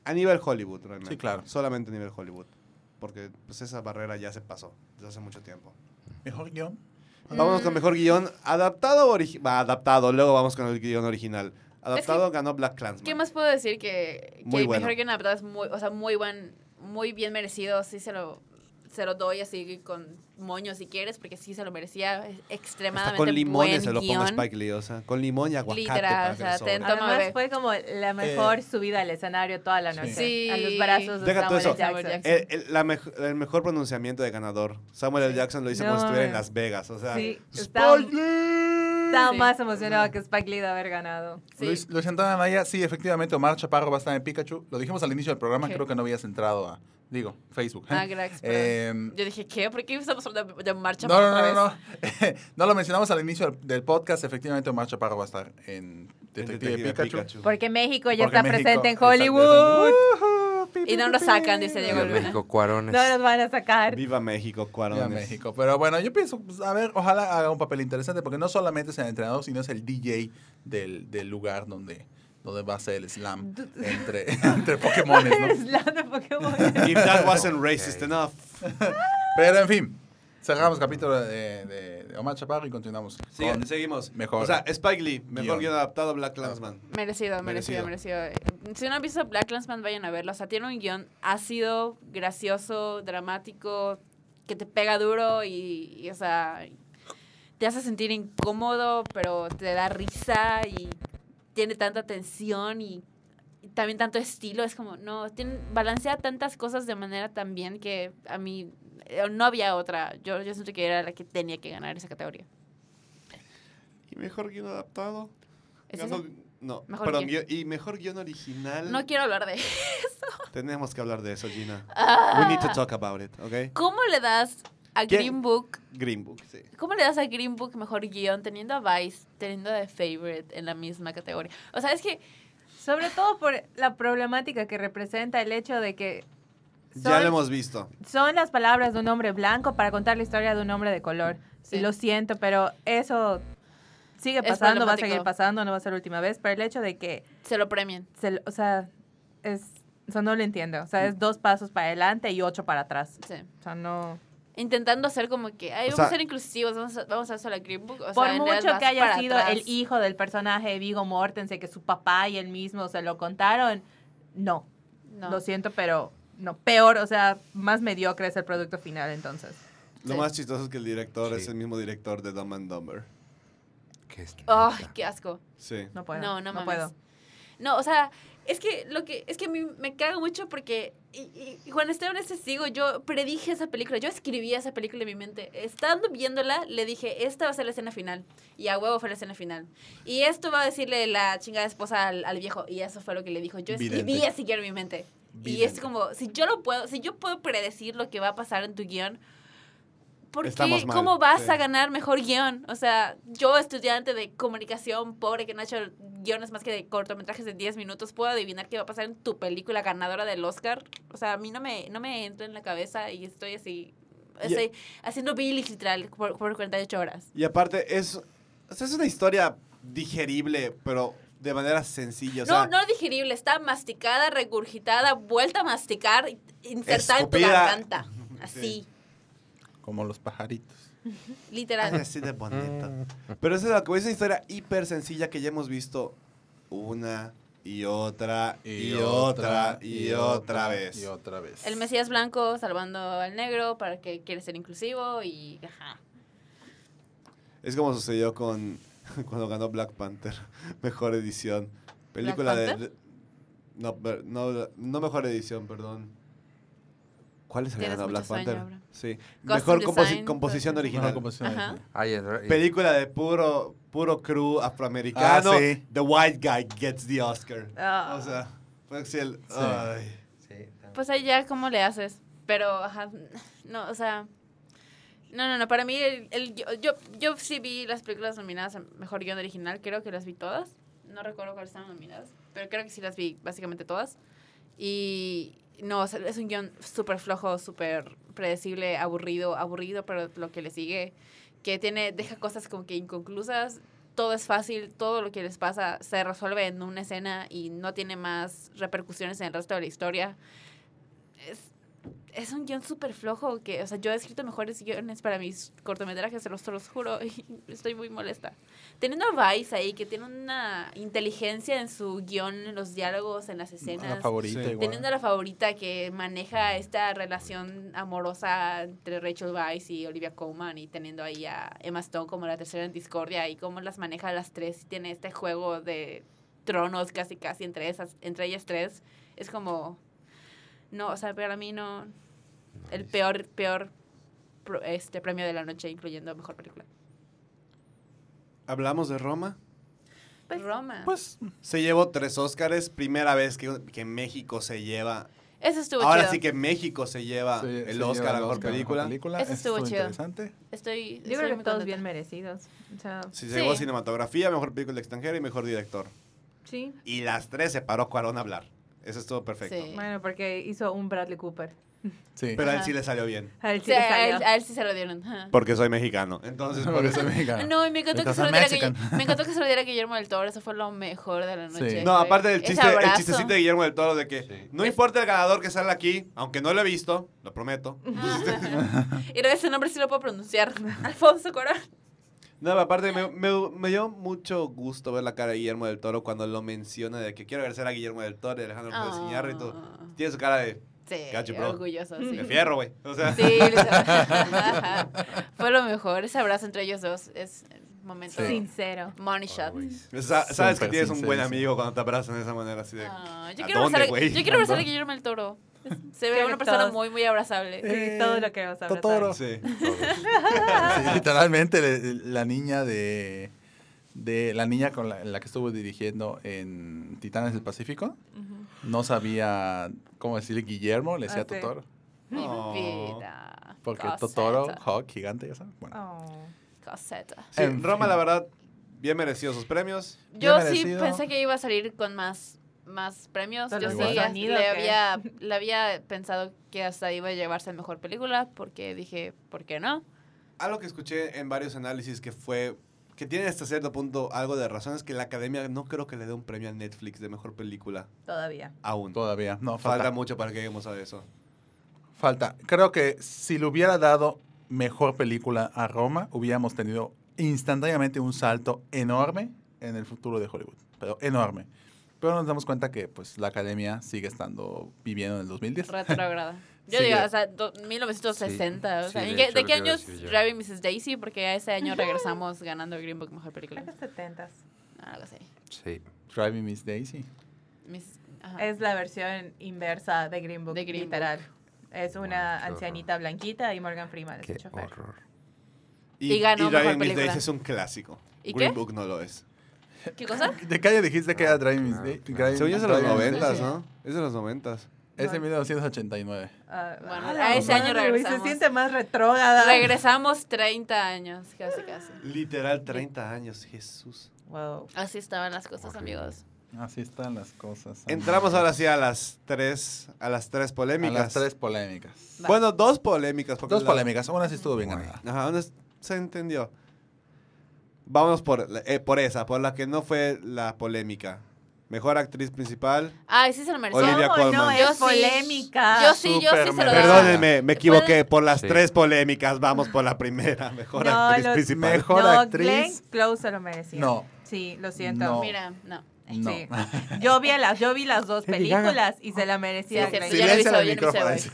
S2: A nivel Hollywood, realmente.
S4: Sí, claro.
S2: Solamente a nivel Hollywood. Porque pues, esa barrera ya se pasó desde hace mucho tiempo.
S4: Mejor guión.
S3: Mm.
S2: Vámonos con mejor guión. Adaptado, o origi- va, adaptado, luego vamos con el guión original. Adaptado ganó Black Clansman.
S3: ¿Qué más puedo decir que, que
S2: Muy bueno.
S3: mejor que en adaptado es muy, o sea, muy buen, muy bien merecido, sí se lo se lo doy así con moño si quieres, porque sí se lo merecía es
S2: Hasta
S3: extremadamente
S2: con limones
S3: buen
S2: se lo pongo a
S3: guión.
S2: Spike Lee, o sea, con limón y aguacate.
S3: Literal, o
S2: para que
S3: sea,
S2: le sobre.
S3: ten- Toma,
S5: Además
S3: ve.
S5: fue como la mejor subida al escenario toda la noche.
S3: Sí.
S5: A los brazos de
S2: Deja todo
S5: Samuel
S2: eso.
S5: L.
S3: Samuel
S5: Jackson.
S2: El, el- la mej- el mejor pronunciamiento de ganador. Samuel L. Jackson lo hizo como
S5: No,
S2: si estuviera en
S5: eh.
S2: Las Vegas. O sea,
S5: Sí, estaba-
S2: ¡Spike Lee!
S5: Estaba
S3: Sí.
S5: más emocionado que Spike Lee de haber ganado.
S3: Sí.
S4: Luis, Luis Antonio Anaya, sí, efectivamente, Omar Chaparro va a estar en Pikachu. Lo dijimos al inicio del programa,
S3: ¿Qué?
S4: creo que no habías entrado a, digo, Facebook. ¿eh?
S3: Ah, gracias. perdón.
S4: Em,
S3: Yo dije, ¿qué? ¿Por qué estamos hablando de, de marcha
S4: no,
S3: por
S4: no,
S3: otra
S4: no,
S3: vez?
S4: no. no lo mencionamos al inicio del, del podcast. Efectivamente, Omar Chaparro va a estar en
S2: El
S4: Detective, Pikachu.
S5: Porque México ya
S4: Porque
S5: está
S4: México-
S5: presente en
S4: exacto, ya está-
S5: Hollywood.
S3: Y no nos sacan, dice Diego
S6: Viva
S3: Luna.
S6: México, Cuarones.
S5: No nos van a sacar.
S2: Viva México, Cuarones.
S4: Viva México. Pero bueno, yo pienso, pues, a ver, ojalá haga un papel interesante, porque no solamente es el entrenador, sino es el DJ del, del lugar donde, donde va a ser el slam entre, entre Pokémones, ¿no?
S5: Es la de Pokémon.
S2: If that wasn't racist enough.
S4: Pero en fin, cerramos capítulo de, de- de Omar Chaparro y continuamos.
S2: Sigue-
S4: con-
S2: seguimos.
S4: Mejor.
S2: O sea, Spike Lee, mejor
S4: Guión.
S2: guión adaptado, Black Clansman.
S3: Merecido, merecido, merecido. Si no han visto Black Clansman, vayan a verlo. O sea, tiene un guión ácido, gracioso, dramático, que te pega duro y, y, o sea, te hace sentir incómodo, pero te da risa y tiene tanta tensión y, y también tanto estilo. Es como, no, tiene, balancea tantas cosas de manera tan bien que a mí eh, no había otra. Yo, yo siento que era la que tenía que ganar esa categoría.
S2: ¿Y mejor guión adaptado?
S3: ¿Es
S2: Ganó-
S3: esa?
S2: No,
S3: Mejor
S2: perdón,
S3: guión.
S2: guión- y mejor guión original.
S3: No quiero hablar de
S2: Tenemos que hablar de eso, Gina.
S3: Ah.
S2: We need to talk about it, ¿ok?
S3: ¿Cómo le das a
S2: ¿Quién?
S3: Green Book?
S2: Green Book, sí.
S3: ¿Cómo le das a Green Book mejor guión teniendo a Vice, teniendo a The Favorite en la misma categoría? O sea, es que
S5: Sobre todo por la problemática que representa el hecho de que
S2: Ya lo hemos visto.
S5: Son las palabras de un hombre blanco para contar la historia de un hombre de color.
S3: Sí.
S5: Lo siento, pero eso sigue
S3: Es
S5: pasando, va a
S3: problemático.
S5: seguir pasando, no va a ser la última vez. Pero el hecho de que,
S3: Se lo premien.
S5: se lo- o sea, es, o sea, no lo entiendo. O sea, es dos pasos para adelante y ocho para atrás.
S3: Sí.
S5: O sea, no.
S3: Intentando hacer como que, ay,
S2: O
S3: vamos
S2: sea-
S3: a ser inclusivos, vamos a, vamos a hacer la Green Book. O
S5: Por
S3: sea, en realidad
S5: mucho
S3: vas
S5: que haya
S3: para
S5: sido el
S3: atrás.
S5: hijo del personaje de Vigo Mortensen, que su papá y él mismo se lo contaron, no,
S3: No.
S5: Lo siento, pero no. Peor, o sea, más mediocre es el producto final, entonces.
S2: Lo
S3: Sí.
S2: más chistoso es que el director
S6: Sí.
S2: es el mismo director de Dumb and Dumber.
S6: ¿Qué es
S3: Ay,
S6: neta.
S3: qué asco.
S2: Sí.
S5: No puedo.
S3: No, no mames.
S5: puedo.
S3: No, o sea, es que lo que es que a mí me caga mucho porque y, y- y Juan Esteban es testigo, yo predije esa película, yo escribí esa película en mi mente. Estando viéndola, le dije, esta va a ser la escena final. Y a huevo fue la escena final. Y esto va a decirle la chingada esposa al, al viejo. Y eso fue lo que le dijo. Yo escribí
S4: Vidente.
S3: así que en mi mente. Y
S4: Vidente.
S3: es como, si yo lo puedo, si yo puedo predecir lo que va a pasar en tu guión, ¿por
S2: Estamos
S3: qué?
S2: mal,
S3: ¿Cómo vas
S2: sí.
S3: a ganar mejor guión? O sea, yo, estudiante de comunicación pobre que no ha hecho guiones más que de cortometrajes de 10 minutos, puedo adivinar qué va a pasar en tu película ganadora del Oscar. O sea, a mí no me, no me entra en la cabeza y estoy así,
S2: Y-
S3: estoy haciendo Billy literal por, por 48 horas.
S2: Y aparte, es, o sea, es una historia digerible, pero de manera sencilla. O sea,
S3: no, no digerible, está masticada, regurgitada, vuelta a masticar, insertada en tu
S2: Escupida.
S3: garganta. Así,
S2: Sí.
S4: Como los pajaritos.
S3: literal.
S2: Así de
S4: Ah,
S2: bonito. Pero esa es la que- esa historia hiper sencilla que ya hemos visto una y otra y, otra y otra vez.
S4: Y otra vez.
S3: El Mesías blanco salvando al negro para que quiere ser inclusivo y ajá.
S2: Es como sucedió con cuando ganó Black Panther, mejor edición. Película
S3: ¿Black
S2: de... No, per- no, no mejor edición, perdón. ¿Cuál es el
S3: Tienes
S2: ganado Black
S3: mucho sueño,
S2: Panther?
S3: bro.
S2: Sí.
S3: Costume
S2: mejor composi-
S3: design,
S2: composición
S3: todo.
S2: original.
S4: Ajá, como se llama.
S3: Ajá.
S6: Ay, es re-
S2: Película de puro puro crew afroamericano.
S4: Ah, sí.
S2: The white guy gets the Oscar.
S5: Ah.
S2: O sea, fue así el-
S4: Sí.
S2: ay.
S6: Sí, también.
S3: Pues ahí ya cómo le haces. Pero ajá, no, o sea, no, no, no, para mí el, el- yo, yo, yo sí vi las películas nominadas a mejor guión original, creo que las vi todas. No recuerdo cuáles estaban nominadas, pero creo que sí las vi básicamente todas. Y no, o sea, es un guión súper flojo, súper predecible, aburrido, aburrido, pero lo que le sigue, que tiene, deja cosas como que inconclusas, todo es fácil, todo lo que les pasa se resuelve en una escena y no tiene más repercusiones en el resto de la historia. Es, es un guión súper flojo que, o sea, yo he escrito mejores guiones para mis cortometrajes, se los, se los juro, y estoy muy molesta. Teniendo a Vice ahí, que tiene una inteligencia en su guión, en los diálogos, en las escenas.
S4: La favorita
S2: Sí.
S4: igual.
S3: Teniendo a la favorita que maneja esta relación amorosa entre Rachel Weisz y Olivia Colman y teniendo ahí a Emma Stone como la tercera en discordia y cómo las maneja a las tres y tiene este juego de tronos casi casi entre esas entre ellas tres es como no o sea para mí no el
S6: Nice.
S3: peor peor pro- este premio de la noche incluyendo mejor película
S2: Hablamos de Roma.
S5: Pues-
S3: Roma
S4: Pues
S2: Se llevó tres Óscares, primera vez que, que México se lleva.
S3: eso estuvo
S2: Ahora
S3: chido
S2: sí que México se lleva
S4: se- se
S2: Ah, el
S4: lleva
S2: Óscar a
S4: el
S2: mejor
S4: Oscar a
S2: película.
S3: Eso estuvo chido.
S4: interesante.
S3: estoy
S5: Yo
S3: estoy
S5: creo
S3: muy
S5: que todos
S3: contenta.
S5: bien merecidos. O sea,
S2: Sí,
S3: Sí.
S2: se llevó cinematografía, mejor película extranjera y mejor director.
S5: sí.
S2: Y las tres se paró Cuarón a hablar. Eso estuvo perfecto.
S3: Sí.
S5: Bueno, porque hizo un Bradley Cooper.
S4: Sí.
S2: Pero a él
S3: Ajá.
S2: sí le salió bien.
S5: A él sí
S3: Sí,
S5: le
S3: a él,
S5: salió.
S3: a él sí se lo dieron ajá.
S2: Porque soy mexicano. Entonces, por eso.
S3: No, y me encantó, que
S4: Because
S3: se lo
S4: I'm
S3: diera Guillermo,
S4: Mexican.
S3: me encantó que se lo diera Guillermo del Toro. Eso fue lo mejor de la noche.
S4: Sí.
S2: No,
S3: güey.
S2: aparte del
S3: Ese
S2: chiste, el
S3: abrazo.
S2: chistecito de Guillermo del Toro de que
S6: Sí.
S2: no importa el ganador que sale aquí, aunque no lo he visto, lo prometo.
S3: Ajá. y luego ese nombre sí lo puedo pronunciar. Alfonso Cuarón.
S2: No, pero aparte me, me- me dio mucho gusto ver la cara de Guillermo del Toro cuando lo menciona de que quiero agradecer a Guillermo del Toro y Alejandro Gómez Iñárritu.
S3: Ah.
S2: Tiene su cara de,
S3: Sí,
S2: Got you, bro.
S3: orgulloso, sí.
S2: de fierro, güey. O sea,
S3: Sí, les- ajá. fue lo mejor. Ese abrazo entre ellos dos es el momento.
S4: Sí.
S5: Sincero.
S3: Money shot.
S6: Always.
S2: sa- sabes que
S4: Súper
S2: tienes un buen
S4: sincero.
S2: amigo cuando te abrazan de esa manera así de...
S3: Ah,
S2: ¿A
S3: yo, quiero
S2: dónde,
S3: abrazar, a-
S2: güey?
S3: yo quiero abrazar a Guillermo del Toro. Se ve
S5: Creo
S3: una
S5: que
S3: persona
S5: todos.
S3: muy, muy
S2: Eh,
S3: abrazable.
S5: Sí, todo lo queremos abrazar.
S4: Totoro.
S2: Sí.
S3: ah.
S4: Sí, literalmente le- la niña de de la niña con la, la que estuvo dirigiendo en Titanes del Pacífico no sabía cómo decirle Guillermo le decía
S5: Ah, sí.
S4: Totoro
S3: Mi
S2: Oh.
S3: vida.
S4: porque
S3: Coseta,
S4: Totoro Hawk gigante ya sabes bueno
S5: Oh.
S3: Coseta.
S2: Sí,
S4: En
S2: Roma,
S4: fin.
S2: la verdad, bien merecidos sus premios.
S3: Yo
S4: Bien
S3: sí
S4: merecido.
S3: pensé que iba a salir con más más premios.
S5: Pero
S3: Yo sí
S4: igual.
S3: ya-
S5: ¿Sonido
S3: le
S5: o qué?
S3: había, le había pensado que hasta iba a llevarse la mejor película porque dije, ¿por qué no?
S2: Algo que escuché en varios análisis que fue que tiene hasta cierto punto algo de razón es que la academia no creo que le dé un premio a Netflix de mejor película
S5: Todavía.
S3: Oh.
S2: aún.
S4: Todavía. No,
S2: Falta
S4: falta.
S2: mucho para que lleguemos a eso.
S4: Falta. Creo que si le hubiera dado mejor película a Roma, hubiéramos tenido instantáneamente un salto enorme en el futuro de Hollywood. Pero enorme. Pero nos damos cuenta que pues la academia sigue estando viviendo en el 2010.
S3: Retrograda. Yo
S4: Sí,
S3: digo,
S4: de-
S3: o sea, do- 1960.
S6: Sí,
S3: o sea,
S6: sí,
S3: ¿en
S6: de
S3: qué-
S6: hecho,
S3: ¿De qué
S6: lo que
S3: año
S6: iba a
S3: es
S6: decir yo.
S3: Driving Mrs. Daisy? Porque a ese año regresamos ganando Green Book Mejor Película.
S5: Creo que 70
S3: Algo así.
S6: Sí.
S4: Driving Miss Daisy.
S3: Miss- ajá.
S5: Es la versión inversa de Green Book,
S3: Ah. De Green
S5: literal. Es una
S6: Wow, qué
S5: ancianita blanquita y Morgan Freeman es
S6: Qué
S5: el chofer.
S6: horror.
S3: Y ganó
S2: Driving
S3: mejor
S2: Miss
S3: película.
S2: Daisy es un clásico.
S3: ¿Y
S2: Green
S3: qué?
S2: Book no lo es.
S3: ¿Qué cosa?
S4: ¿De qué año dijiste que era
S6: Ah,
S4: Driving Miss
S6: claro,
S4: Daisy?
S6: claro.
S2: Según yo es de los
S4: Driving Miss
S2: noventas,
S4: Daisy.
S2: ¿no? Es de los noventas.
S4: Es de 1989.
S5: Ah,
S3: Bueno,
S5: ala,
S3: a ese
S5: madre,
S3: año
S5: güey,
S3: regresamos.
S5: Se siente más retrógrada.
S3: Regresamos 30 años, casi, casi.
S2: Literal 30 años, Jesús.
S5: wow.
S3: Así estaban las cosas,
S6: Horrible.
S3: amigos.
S4: Así están las cosas.
S2: Entramos
S4: amigos.
S2: ahora sí a las tres, a las tres
S4: a
S2: polémicas.
S4: las tres polémicas.
S3: Va.
S2: Bueno, dos polémicas. porque
S4: Dos
S2: la-
S4: polémicas. Una sí estuvo bien
S6: Bueno.
S4: ganada.
S2: Ajá, una es- se entendió. Vámonos por, la- eh, por esa, por la que no fue la polémica. Mejor actriz principal.
S3: Ay, sí se lo mereció.
S2: Olivia
S5: ¿Cómo no?
S2: Colman.
S5: Es
S3: Yo sí-
S5: polémica.
S3: Yo sí, yo sí se lo
S4: Superman.
S3: daba.
S2: Perdónenme, me equivoqué. Por las
S6: Sí.
S2: tres polémicas, vamos por la primera. Mejor
S5: No,
S2: actriz
S5: los-
S2: principal.
S4: Mejor- Mejor
S5: no,
S4: actriz.
S5: Glenn Close se lo merecía.
S4: No.
S5: Sí, lo siento.
S4: No.
S3: Mira, no.
S4: No.
S5: Sí. Yo vi las, yo vi las dos
S4: Lady Gaga.
S5: películas y se la merecía.
S3: Sí, es
S5: Glenn
S3: cierto, ya lo
S4: Silencio
S3: hizo, ya
S4: en el
S3: lo hizo,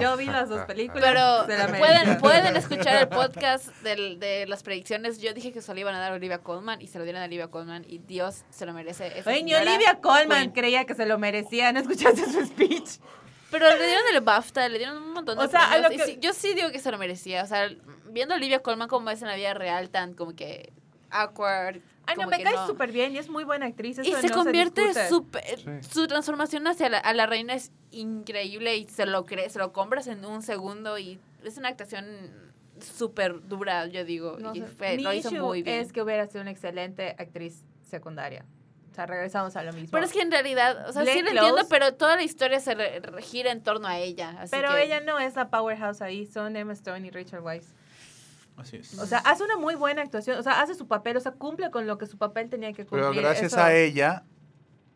S5: Yo vi las dos películas.
S3: Pero
S5: se la merecía.
S3: pueden, pueden escuchar el podcast del- de las predicciones. Yo dije que se lo iban a dar a Olivia Colman y se lo dieron a Olivia Colman y Dios se lo merece. Esa
S5: Oye, ni
S3: señora
S5: Olivia Colman
S3: queen.
S5: creía que se lo merecía. ¿No escuchaste su speech?
S3: Pero le dieron el BAFTA, le dieron un montón de
S5: O sea, a lo
S3: premios, y
S5: que-
S3: sí- yo sí digo que se lo merecía. O sea, viendo a Olivia Colman como es en la vida real, tan como que awkward.
S5: Ay, no,
S3: como
S5: me
S3: que
S5: cae súper bien y es muy buena actriz.
S3: Y
S5: eso
S3: se
S5: no
S3: convierte
S5: discute.
S3: súper-
S6: Sí.
S3: Su transformación hacia la, a la reina es increíble y se lo cree, se lo compras en un segundo y es una actuación súper dura, yo digo.
S5: No
S3: y
S5: sé,
S3: fue-
S5: mi
S3: lo hizo
S5: issue
S3: muy bien.
S5: es que hubiera sido una excelente actriz secundaria. O sea, regresamos a lo mismo.
S3: pero es que en realidad, o sea, sí
S5: Glenn
S3: lo entiendo,
S5: Close-
S3: pero toda la historia se re- re- gira en torno a ella. así
S5: Pero
S3: que-
S5: ella no es la powerhouse ahí, son Emma Stone y Rachel Weisz.
S4: Así es.
S5: O sea, hace una muy buena actuación, o sea, hace su papel, o sea, cumple con lo que su papel tenía que cumplir.
S4: Pero gracias
S5: eso-
S4: a ella,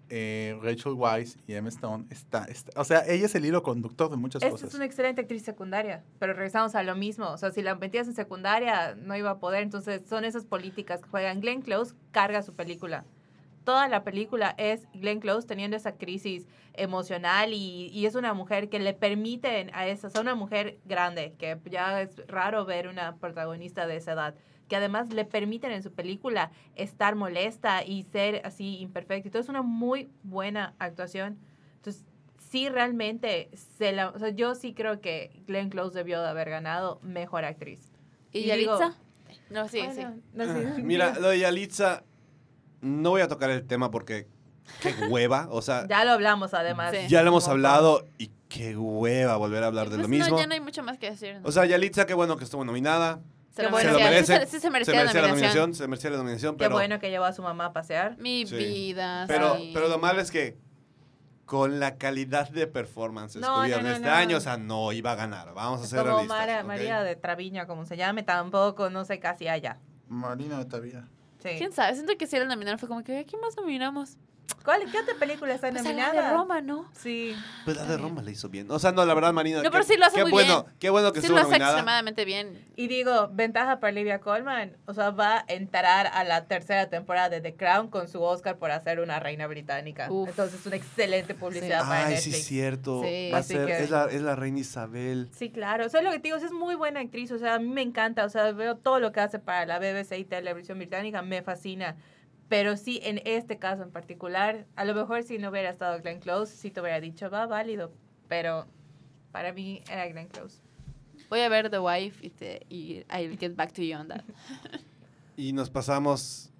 S4: eh, Rachel Weisz y Emma Stone está, está- O sea, ella es el hilo conductor de muchas
S5: Esta
S4: cosas.
S5: es una excelente actriz secundaria, pero regresamos a lo mismo. O sea, si la metías en secundaria, no iba a poder. Entonces, son esas políticas que juegan. Glenn Close carga su película. Toda la película es Glenn Close teniendo esa crisis emocional y, y es una mujer que le permiten a esa, o sea, una mujer grande, que ya es raro ver una protagonista de esa edad, que además le permiten en su película estar molesta y ser así imperfecta. Entonces, es una muy buena actuación. Entonces, sí realmente se la, o sea, yo sí creo que Glenn Close debió de haber ganado mejor actriz.
S3: ¿Y
S5: y digo-
S3: Yalitza? no, sí, sí.
S5: Bueno, no sé.
S2: Ah, Mira, lo de Yalitza, no voy a tocar el tema porque qué hueva. O sea,
S5: ya lo hablamos además.
S3: Sí.
S2: ya lo hemos
S5: Como-
S2: hablado y qué hueva volver a hablar de lo
S3: Pues
S2: mismo.
S3: No, ya no hay mucho más que decir.
S2: O sea, Yalitza, qué bueno que estuvo nominada.
S3: se lo
S5: qué bueno.
S3: merecía.
S2: Se lo merece.
S3: Sí, se, sí se merecía la nominación.
S2: se merecía la nominación,
S5: Qué
S2: pero,
S5: bueno que llevó a su mamá a pasear.
S3: Mi
S2: Sí.
S3: vida.
S2: pero,
S3: sí.
S2: pero lo malo es que con la calidad de performances
S5: No,
S2: que hubieron
S5: no, no,
S2: este
S5: no.
S2: año, o sea, no iba a ganar. Vamos a ser
S5: Como
S2: realistas.
S5: Mara-
S2: ¿ok?
S5: María de Traviño, como se llame, tampoco, no sé, casi allá.
S4: Marina de Tavira.
S5: Sí.
S3: ¿Quién sabe? Siento que si la nominaron fue como que, "Ay, ¿qué más nominamos?
S5: ¿Cuál, ¿Qué otra película está
S3: Pues a la
S5: nominada?
S3: de Roma, ¿no?
S5: Sí.
S2: Pues la de Roma la hizo bien. O sea, no, la verdad, Marina.
S3: No,
S2: qué-
S3: pero sí lo hace
S2: qué
S3: muy
S2: bueno,
S3: bien.
S2: Qué bueno que
S3: sí lo
S2: estuvo
S3: hace
S2: nominada.
S3: extremadamente bien.
S5: Y digo, ventaja para Olivia Colman. O sea, va a entrar a la tercera temporada de The Crown con su Oscar por hacer una reina británica.
S3: Uf.
S5: Entonces, una excelente publicidad para
S2: Ay, sí,
S5: Netflix.
S2: cierto.
S3: Sí.
S2: Va a
S5: Así
S2: ser,
S5: que-
S2: es, la, es la reina Isabel.
S5: Sí, claro. O sea, lo que te digo, sí es muy buena actriz. O sea, a mí me encanta. O sea, veo todo lo que hace para la BBC y Televisión Británica. Me fascina. Pero sí, en este caso en particular, a lo mejor si no hubiera estado Glenn Close, sí te hubiera dicho, va, válido. Pero para mí era Glenn Close.
S3: Voy a ver The Wife y, te, y I'll get back to you on that.
S2: Y nos pasamos.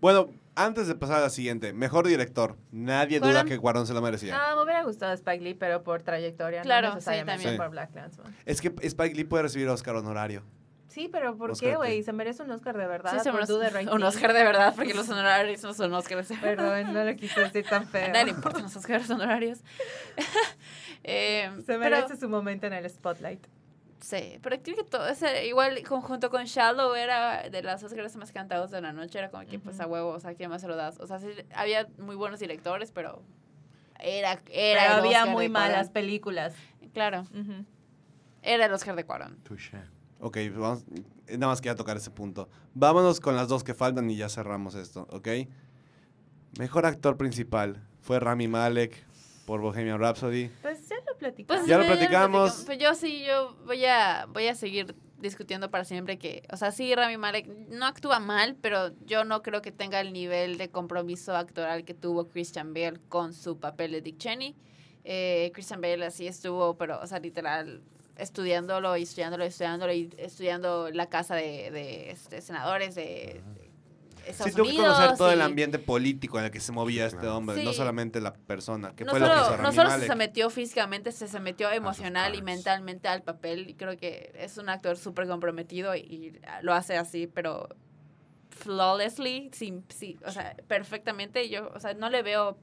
S2: Bueno, antes de pasar a la siguiente, mejor director. Nadie duda
S3: Cuarón.
S2: que Cuarón se lo merecía.
S5: Ah, me hubiera gustado Spike Lee, pero por trayectoria,
S3: Claro, sí,
S5: no necesariamente
S2: también.
S5: por Black Klansman.
S2: Es que Spike Lee puede recibir Oscar honorario.
S5: Sí, pero ¿por
S2: Oscar,
S5: qué,
S2: ¿qué?
S5: güey? Se merece un Oscar de verdad.
S3: Sí, se
S5: por
S3: merece
S5: Do the Right
S3: un
S5: Thing.
S3: Oscar de verdad, porque los honorarios no son Oscars.
S5: Perdón, no lo quise decir tan
S3: A
S5: feo.
S3: nadie le importan los Oscars honorarios. Eh,
S5: Se
S3: pero-
S5: merece su momento en el spotlight.
S3: Sí, pero creo que todo, o sea, igual conjunto con Shallow era de las Oscars más cantados de la noche, era como que pues a huevo, o sea, ¿quién más se lo das? O sea, sí, había muy buenos directores, pero era, era
S5: Pero
S3: el
S5: había
S3: Oscar de
S5: muy malas
S3: Cuarón.
S5: películas.
S3: Claro,
S5: Ujú.
S3: era el Oscar de Cuarón.
S2: Ok, vamos, eh, nada más quería tocar ese punto. Vámonos con las dos que faltan y ya cerramos esto, ¿ok? Mejor actor principal fue Rami Malek por Bohemian Rhapsody.
S5: Pues ya lo platicamos.
S3: Pues,
S2: Ya lo
S3: sí,
S2: platicamos.
S3: platicamos, Pero yo sí, yo voy a, voy a seguir discutiendo para siempre que, o sea, sí, Rami Malek no actúa mal, pero yo no creo que tenga el nivel de compromiso actoral que tuvo Christian Bale con su papel de Dick Cheney. Eh, Christian Bale así estuvo, pero, o sea, literal, estudiándolo y estudiándolo y estudiándolo y estudiando la casa de, de, este, senadores de...
S2: Sí,
S3: Estados
S2: tuvo que conocer
S3: Unidos
S2: todo el
S3: y-
S2: ambiente político en el que se movía este
S6: Claro.
S2: hombre, no
S3: Sí.
S2: solamente la persona, que
S3: no
S2: fue
S3: solo,
S2: lo que hizo
S3: no
S2: Rami
S3: solo
S2: Malek.
S3: se metió físicamente, se, se metió emocional y
S6: cards.
S3: mentalmente al papel. Y creo que es un actor súper comprometido y, y lo hace así, pero flawlessly, sin, sí, o sea, perfectamente. Yo, o sea, no le veo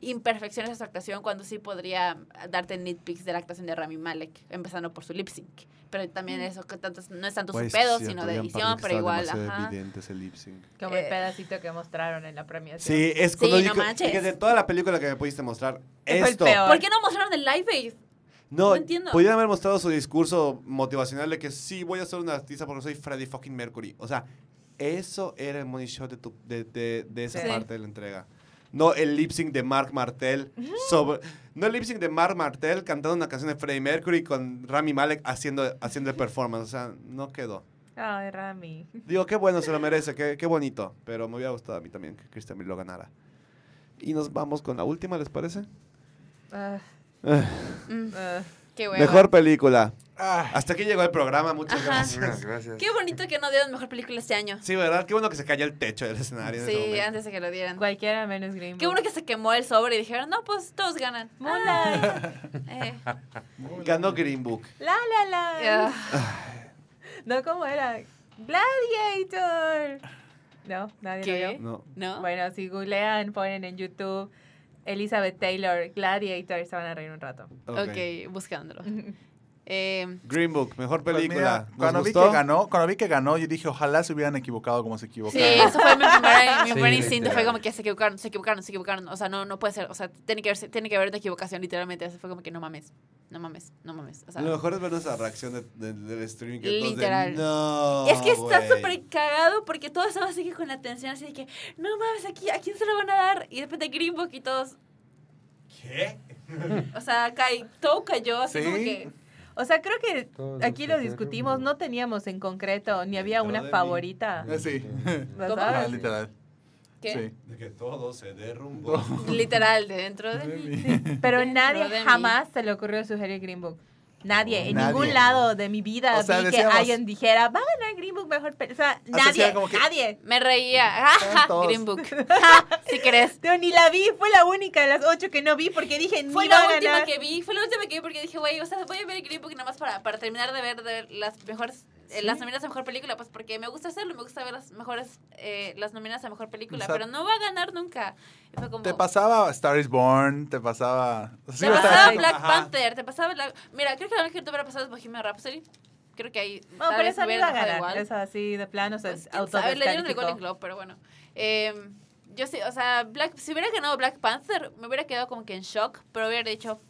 S3: imperfecciones a su actuación cuando sí podría darte nitpicks de la actuación de Rami Malek, empezando por su lip sync. Pero también eso que tanto es- no es tanto
S2: Pues,
S3: su pedo,
S2: cierto,
S3: sino de
S2: Ian
S3: edición,
S2: Patrick
S3: pero
S2: estaba
S3: igual,
S2: demasiado
S3: ajá.
S2: evidente ese lip sync.
S5: Como el
S3: Eh.
S5: pedacito que mostraron en la premiación.
S2: Sí, es cuando
S3: no
S2: digo,
S3: manches.
S2: fíjate, toda la película que me pudiste mostrar,
S5: Ese fue el
S2: esto.
S5: peor.
S3: ¿Por qué no mostraron el live aid?
S2: No,
S3: No entiendo.
S2: pudieron haber mostrado su discurso motivacional de que sí, voy a ser un artista porque soy Freddie fucking Mercury. O sea, eso era el money shot de, tu- de, de- de esa
S5: Sí.
S2: parte de la entrega. No el lip sync de Mark Martel. sobre- no el lip sync de Mark Martel cantando una canción de Freddie Mercury con Rami Malek haciendo, haciendo el performance. O sea, no quedó.
S5: Ay, Rami.
S2: Digo, qué bueno, se lo merece, qué, qué bonito. Pero me hubiera gustado a mí también que Christian Bale lo ganara. Y nos vamos con la última, ¿les parece?
S5: Ah,
S3: Mm,
S5: ah.
S3: qué hueva.
S2: Mejor película.
S4: Ah,
S2: Hasta aquí llegó el programa, muchas
S3: Ajá.
S2: gracias.
S6: Muchas gracias.
S3: Qué bonito que no dieron mejor película este año.
S2: Sí, ¿verdad? Qué bueno que se cayó el techo del escenario. en ese
S3: Sí,
S2: momento.
S3: antes de que lo dieran.
S5: Cualquiera menos Green
S3: Qué
S5: Book.
S3: bueno que se quemó el sobre y dijeron, no, pues todos ganan.
S5: Moonlight.
S3: Eh,
S2: Ganó Green Book.
S5: La la la.
S3: ya.
S5: No, ¿cómo era? Gladiator. No, nadie lo
S3: ¿Qué?
S5: vio.
S2: No.
S3: ¿No?
S5: Bueno, si googlean, ponen en YouTube Elizabeth Taylor, Gladiator, se van a reír un rato.
S3: ok, buscándolo. Eh,
S2: Green Book, mejor
S4: pues
S2: película.
S4: mira,
S2: ¿Nos
S4: cuando vi
S2: gustó?
S4: que ganó, cuando vi que ganó, yo dije, ojalá se hubieran equivocado como se
S3: sí,
S4: equivocaron.
S3: eso fue mi primer, mi
S6: Sí,
S3: primer instinto. Fue
S6: literal.
S3: como que se equivocaron, se equivocaron, se equivocaron. O sea, no, no puede ser. O sea, tiene que, haber, tiene que haber una equivocación, literalmente. Eso fue como que no mames, no mames, no mames. O sea,
S2: Lo mejor es ver nuestra reacción de- de- del streaming. Que todos de,
S3: Literal.
S2: no.
S3: Es que está
S2: güey".
S3: súper cagado porque todos estaban así que con la tensión así de que, no mames, aquí, ¿a quién se lo van a dar? Y de repente Green Book y todos,
S2: ¿Qué?
S3: o sea, cae, todo cayó así
S4: Sí.
S3: como que...
S5: O sea, creo que
S6: Todos
S5: aquí lo
S6: se
S5: discutimos,
S6: quedaron.
S5: no teníamos en concreto, ni había
S2: Dentro
S5: una
S2: de mí.
S5: favorita.
S4: Eh, sí.
S5: ¿Lo
S3: ¿Cómo?
S4: Ah,
S5: sabes?
S4: literal.
S3: ¿Qué?
S4: Sí.
S2: De que todo se derrumbó.
S3: Literal, de dentro de mí. Dentro
S5: Pero
S3: de
S5: nadie
S3: mí.
S5: jamás se le ocurrió sugerir Green Book. Nadie, en
S4: Nadie.
S5: ningún lado de mi vida
S4: O sea,
S5: vi
S4: decíamos-
S5: que alguien dijera, va a ganar Green Book mejor. pe-". O sea, nadie,
S4: decía como que-
S5: nadie.
S3: Me reía. Ajá,
S4: todos.
S3: Green Book. Ja, si querés.
S5: Yo ni la vi, fue la única de las ocho que no vi porque dije, ni
S3: Fue
S5: va
S3: la
S5: a
S3: última
S5: ganar".
S3: que vi, fue la última que vi porque dije, güey, o sea, voy a ver Green Book nada más para, para terminar de ver, de ver las mejores, eh, las nominadas a mejor película, pues porque me gusta hacerlo, me gusta ver las mejores, eh, las nominadas a mejor película,
S4: Exacto.
S3: pero no va a ganar nunca. Y fue como,
S4: Te pasaba Star is Born, te pasaba... Sí,
S3: te
S4: o sea,
S3: pasaba
S4: sí.
S3: Black
S2: Ajá.
S3: Panther, te pasaba Black... Mira, creo que la única que te hubiera pasado es Bohemian Rhapsody. Creo que ahí
S5: No,
S3: tal
S5: pero
S3: vez
S5: esa no
S3: hubiera
S5: iba a
S3: dejado
S5: ganar.
S3: igual.
S5: Esa sí, de plano se
S3: Pues, quién sabe, le dieron el
S5: autodescalificó.
S3: Golden Globe, pero bueno. Eh, yo sí, o sea, Black, si hubiera ganado Black Panther, me hubiera quedado como que en shock, pero hubiera dicho,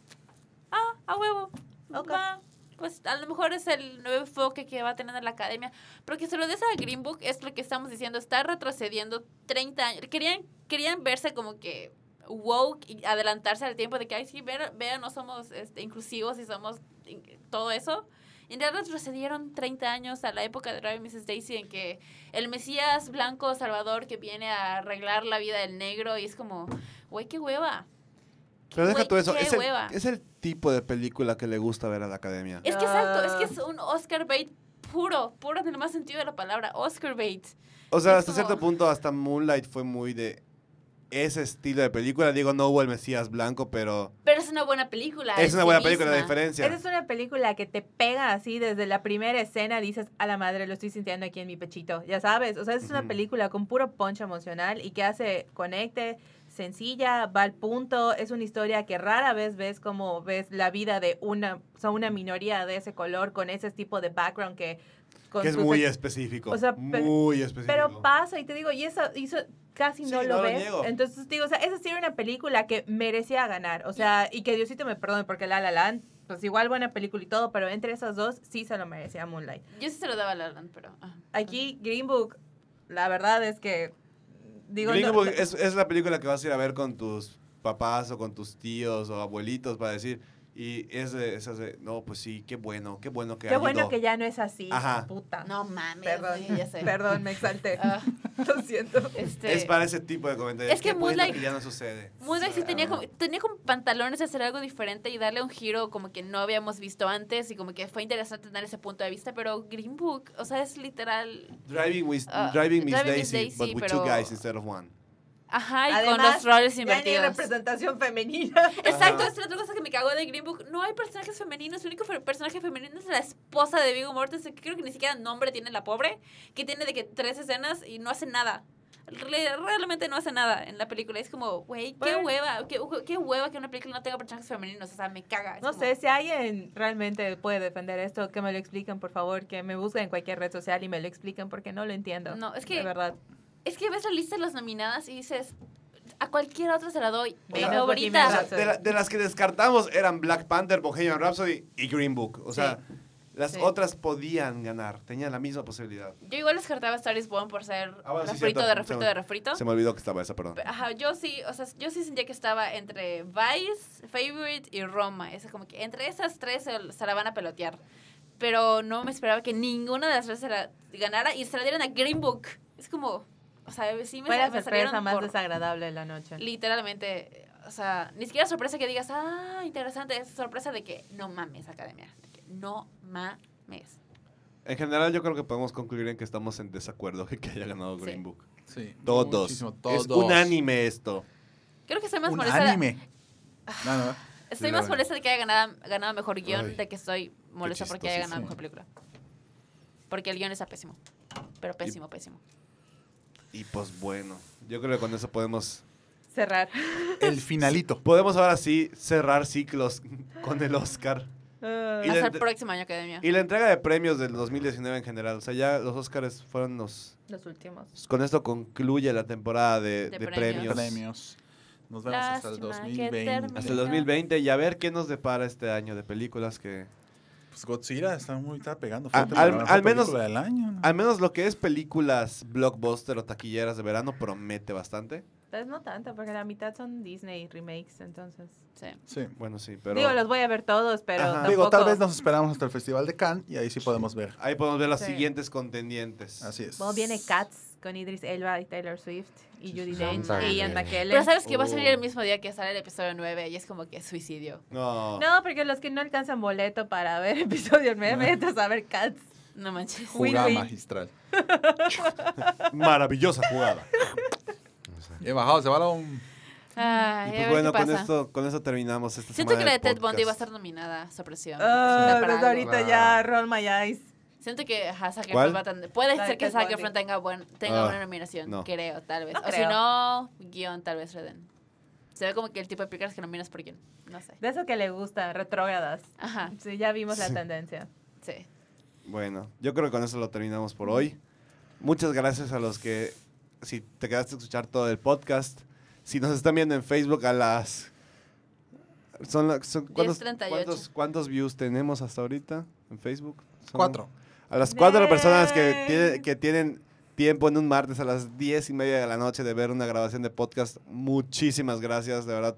S3: ah, a huevo,
S5: Ok.
S3: va, Pues a lo mejor es el nuevo enfoque que va a tener la academia. Pero que se lo des a Green Book es lo que estamos diciendo, está retrocediendo 30 años. Querían, querían verse como que woke y adelantarse al tiempo de que, ay, sí, vean, vean, no somos este, inclusivos y somos in- todo eso. Y en realidad retrocedieron 30 años a la época de Driving Mrs. Daisy en que el Mesías blanco salvador que viene a arreglar la vida del negro y es como, güey, qué hueva.
S2: Pero deja
S3: Güey,
S2: tú eso.
S3: qué
S2: Es el,
S3: hueva.
S2: es el tipo de película que le gusta ver a la academia.
S3: Es que exacto, es que
S5: Ah.
S3: es un Oscar bait puro, puro en el más sentido de la palabra, Oscar bait.
S2: O sea,
S3: es
S2: hasta
S3: como-
S2: cierto punto, hasta Moonlight fue muy de. ese estilo de película. Digo, no hubo el Mesías Blanco, pero
S3: Pero es una buena película.
S2: es
S3: en
S2: una
S3: sí
S2: buena película la
S3: misma.
S2: diferencia.
S5: Esa es una película que te pega así desde la primera escena, dices, a la madre, lo estoy sintiendo aquí en mi pechito, ya sabes. O sea, es una
S2: Ujú.
S5: película con puro poncho emocional y que hace conecte, sencilla, va al punto. Es una historia que rara vez ves como ves la vida de una, o sea, una minoría de ese color con ese tipo de background que... con
S2: que es
S5: sus
S2: muy
S5: ex-
S2: específico.
S5: o sea, pe-
S2: muy específico.
S5: pero pasa, y te digo, y eso, y eso casi
S2: Sí,
S5: no
S2: no
S5: lo
S2: lo
S5: ves.
S2: niego.
S5: Entonces, te digo, o sea, esa sí era una película que merecía ganar. O sea, y que Diosito me perdone, porque La La Land, pues igual buena película y todo, pero entre esas dos sí se lo merecía Moonlight.
S3: Yo sí se lo daba a La La Land, pero... ah.
S5: Aquí, Green Book, la verdad es que. Digo,
S2: Green
S5: no-
S2: Book
S5: no-
S2: es, es la película que vas a ir a ver con tus papás o con tus tíos o abuelitos para decir. Y es de esas de, no, pues sí, qué bueno, qué bueno que
S5: qué
S2: ayudó.
S5: bueno que ya no es así.
S2: Ajá.
S5: Puta.
S3: No mames.
S5: Perdón.
S3: sí, ya sé.
S5: Perdón, me exalté.
S3: Ah,
S5: Lo siento.
S3: este,
S2: Es para ese tipo de comentarios.
S3: Es que
S2: qué bueno
S3: Moonlight-
S2: que ya no sucede.
S3: Moonlight sí
S2: Ah.
S3: tenía como, tenía como pantalones de hacer algo diferente y darle un giro como que no habíamos visto antes y como que fue interesante tener ese punto de vista, pero Green Book, o sea, es literal...
S2: Driving, with,
S3: Ah,
S2: driving Miss
S3: Driving Miss
S2: Daisy,
S3: Daisy,
S2: but with
S3: pero-
S2: two guys instead of one.
S3: Ajá, y con los
S5: Además,
S3: roles
S5: Ya ni
S3: invertidos.
S5: representación femenina.
S3: Exacto,
S2: Ajá.
S3: es la otra cosa que me cagó de Green Book. No hay personajes femeninos. El único fe- personaje femenino es la esposa de Viggo Mortensen, que creo que ni siquiera nombre tiene la pobre, que tiene de que tres escenas y no hace nada. Re- realmente no hace nada en la película. Es como, güey, qué
S5: Bueno.
S3: hueva, qué, qué hueva que una película no tenga personajes femeninos. O sea, me caga. Es
S5: No
S3: como-
S5: sé, si alguien realmente puede defender esto, que me lo expliquen, por favor, que me busquen en cualquier red social y me lo expliquen porque no lo entiendo.
S3: No, es que-
S5: De verdad.
S3: Es que ves la lista de las nominadas y dices, a cualquiera otra se la doy. Mi
S5: Menos
S3: favorita.
S2: O sea, de, la- de las que descartamos eran Black Panther, Bohemian Rhapsody y Green Book. O sea, las
S3: Sí.
S2: otras podían ganar, tenían la misma posibilidad.
S3: Yo igual descartaba Star is Born por ser
S2: Ah, bueno, sí,
S3: refrito
S2: cierto.
S3: de refrito
S2: Se-
S3: de refrito.
S2: Se me olvidó que estaba esa, perdón.
S3: Pe- Ajá, yo sí, o sea, yo sí sentía que estaba entre Vice, Favorite y Roma. Es como que entre esas tres se, se la van a pelotear. Pero no me esperaba que ninguna de las tres se la ganara y se la dieran a Green Book. Es como, o sea, sí me,
S5: Fue la
S3: me salieron
S5: sorpresa más
S3: por-
S5: desagradable de la noche.
S3: Literalmente, o sea, ni siquiera sorpresa que digas, ah, interesante, es sorpresa de que no mames, academia. de que no mames.
S2: En general, yo creo que podemos concluir en que estamos en desacuerdo de que haya ganado
S3: Sí.
S2: Green Book.
S4: Sí.
S2: Todos.
S4: Muchísimo,
S2: Es
S4: todos.
S2: unánime esto.
S3: Creo que estoy más molesta.
S4: Unánime. No, no.
S3: Estoy
S2: Sí,
S3: más
S2: la verdad.
S3: molesta de que haya ganado, ganado mejor guión
S4: Ay,
S3: de que estoy molesta porque haya ganado
S4: chistosísimo.
S3: mejor película. Porque el guión está pésimo. Pero pésimo, pésimo.
S2: Y pues bueno, yo creo que con eso podemos.
S5: Cerrar.
S4: El finalito.
S2: Podemos ahora sí cerrar ciclos con el Oscar.
S5: Ah.
S2: Y
S3: Hasta
S2: la-
S3: el próximo año, Academia.
S2: Y la entrega de premios del 2019 en general. O sea, ya los Oscars fueron los.
S5: los últimos.
S2: Con esto concluye la temporada de,
S3: De
S2: de
S3: premios.
S2: premios.
S4: Premios. Nos vemos hasta el
S3: Lástima que
S4: 2020.
S3: termine.
S2: Hasta el 2020 y a ver qué nos depara este año de películas que.
S4: Pues Godzilla está muy está pegando.
S2: Ah,
S4: fuerte para
S2: al-
S4: la
S2: al
S4: mejor
S2: menos-
S4: película Del año, ¿no?
S2: Al menos lo que es películas blockbuster o taquilleras de verano promete bastante.
S5: Entonces Pues no tanto, porque la mitad son Disney remakes, entonces.
S3: Sí.
S4: Sí.
S2: Bueno, sí, pero.
S5: Digo, los voy a ver todos, pero
S2: Ajá.
S5: tampoco...
S4: Digo, tal vez nos esperamos hasta el Festival de Cannes y ahí sí podemos ver.
S2: Ahí podemos ver las
S5: Sí.
S2: siguientes contendientes.
S4: Así es.
S5: Bueno, viene Cats con Idris Elba y Taylor Swift y Judy Dench
S6: Santa
S5: y Ian
S6: madre.
S5: McKellen.
S3: Pero sabes que va a salir el
S4: Oh.
S3: mismo día que sale el episodio 9 y es como que suicidio.
S2: No.
S5: No, porque los que no alcanzan boleto para ver episodio 9, entonces a ver Cats.
S3: No manches.
S4: Jugada
S5: Win-win.
S4: magistral.
S2: Maravillosa jugada.
S6: O sea,
S4: He bajado ese balón.
S3: Ay,
S2: y
S3: a
S2: pues
S3: ver
S2: bueno,
S3: qué
S2: con
S3: pasa.
S2: esto, con esto terminamos esta
S3: Siento que la
S2: semana
S3: de
S2: del
S3: Ted Bundy va a
S2: podcast.
S3: estar nominada, sorpresión.
S5: Ah,
S3: Para
S5: desde
S3: algo.
S5: ahorita ya, roll my eyes.
S3: Siento que ajá, Zac
S2: ¿Cuál?
S3: Efron va a tener- Puede
S5: La de
S3: ser que
S5: Ted
S3: Zac
S5: Bundy.
S3: Efron tenga, buen, tenga
S2: Ah,
S3: buena nominación,
S2: no.
S3: creo, tal vez.
S5: No
S3: o si
S5: creo.
S3: no, guión tal vez le den. Se ve como que el tipo de películas que nominas por guión. No sé.
S5: De eso que le gusta, retrógradas.
S3: Ajá,
S5: Sí, ya vimos la
S2: Sí.
S5: tendencia.
S3: sí.
S2: Bueno, yo creo que con eso lo terminamos por hoy. Muchas gracias a los que, si te quedaste a escuchar todo el podcast, si nos están viendo en Facebook a las... Son la- son- ¿cuántos,
S3: 10:38.
S2: cuántos, cuántos views tenemos hasta ahorita en Facebook? Son-
S4: Cuatro.
S2: A las cuatro
S5: Yay.
S2: personas que, tiene- que tienen tiempo en un martes a las diez y media de la noche de ver una grabación de podcast, muchísimas gracias, de verdad.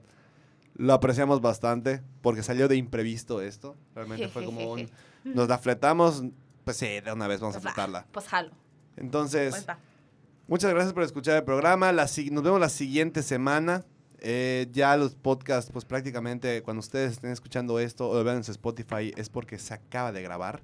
S2: Lo apreciamos bastante porque salió de imprevisto esto. Realmente fue como un... Nos la fletamos, pues sí, de una vez vamos a
S3: Pues va,
S2: fletarla.
S3: Pues jalo.
S2: Entonces,
S5: Cuenta.
S2: muchas gracias por escuchar el programa. La si- nos vemos la siguiente semana. Eh, ya los podcasts, pues prácticamente cuando ustedes estén escuchando esto o lo vean en su Spotify es porque se acaba de grabar.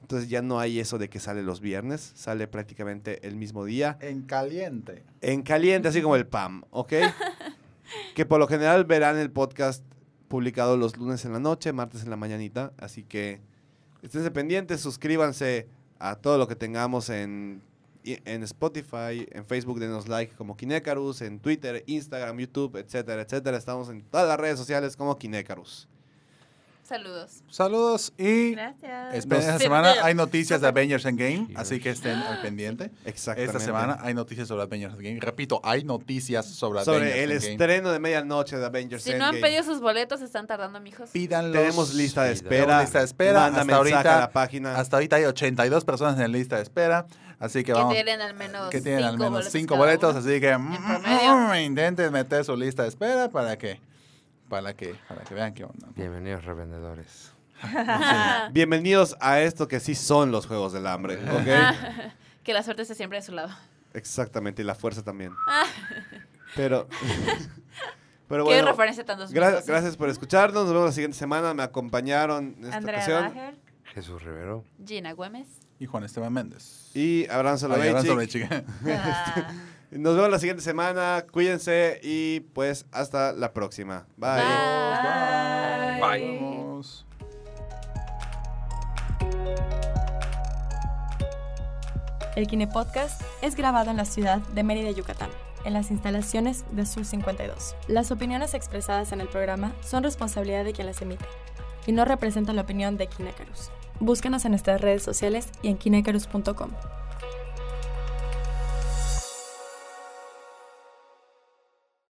S2: Entonces ya no hay eso de que sale los viernes, sale prácticamente el mismo día.
S4: En caliente.
S2: En caliente, así como el PAM, ¿ok? que por lo general verán el podcast publicado los lunes en la noche, martes en la mañanita. Así que esténse pendientes, suscríbanse a todo lo que tengamos en, i- en Spotify, en Facebook, denos like como Kinecarus, en Twitter, Instagram, YouTube, etcétera, etcétera. Estamos en todas las redes sociales como Kinecarus.
S3: Saludos.
S4: Saludos y
S5: Gracias.
S4: esperen esta
S3: Nos-
S4: semana.
S3: Sí,
S4: Hay noticias de Avengers Endgame,
S6: Sí.
S4: así que estén al pendiente.
S2: Exactamente.
S4: Esta semana hay noticias sobre Avengers Endgame. Repito, hay noticias sobre,
S2: Sobre el
S4: Avengers Endgame.
S2: estreno de medianoche de Avengers
S3: Si no han
S2: Endgame.
S3: pedido sus boletos, están tardando, mijos.
S4: Pídanlos.
S2: Tenemos lista de
S6: Sí,
S2: espera.
S4: Tenemos lista de espera.
S2: Manda
S4: hasta
S2: mensaje
S4: ahorita
S2: a la página.
S4: Hasta ahorita hay 82 personas en la lista de espera, así que
S3: Que
S4: vamos.
S3: tienen al menos
S4: que tienen
S3: cinco
S4: al menos
S3: boletos
S4: 5
S3: cada
S4: boletos,
S3: uno.
S4: así que mm,
S3: promedio.
S4: intenten meter su lista de espera para que para que para que vean qué onda.
S6: Bienvenidos revendedores.
S2: Bienvenidos a esto que sí son los Juegos del Hambre, ¿ok?
S3: que la suerte esté siempre de su lado.
S2: Exactamente, y la fuerza también. Pero, pero
S3: Qué
S2: bueno,
S3: referencia tan dos ¿eh?
S2: gra- gracias por escucharnos. Nos vemos la siguiente semana. Me acompañaron en esta
S5: Andrea
S2: ocasión.
S5: Bajer.
S6: Jesús Rivero.
S3: Gina Güemes.
S4: Y Juan Esteban Méndez.
S2: Y Abraham
S4: Ay,
S2: Soloveitchik.
S4: abrazo, Breichik.
S2: Nos vemos la siguiente semana. Cuídense y pues hasta la próxima. Bye.
S4: Bye.
S6: Bye.
S4: Vamos.
S1: El Kine Podcast es grabado en la ciudad de Mérida, Yucatán, en las instalaciones de Sur 52. Las opiniones expresadas en el programa son responsabilidad de quien las emite y no representan la opinión de Kinecarus. Búscanos en nuestras redes sociales y en kinecarus.com.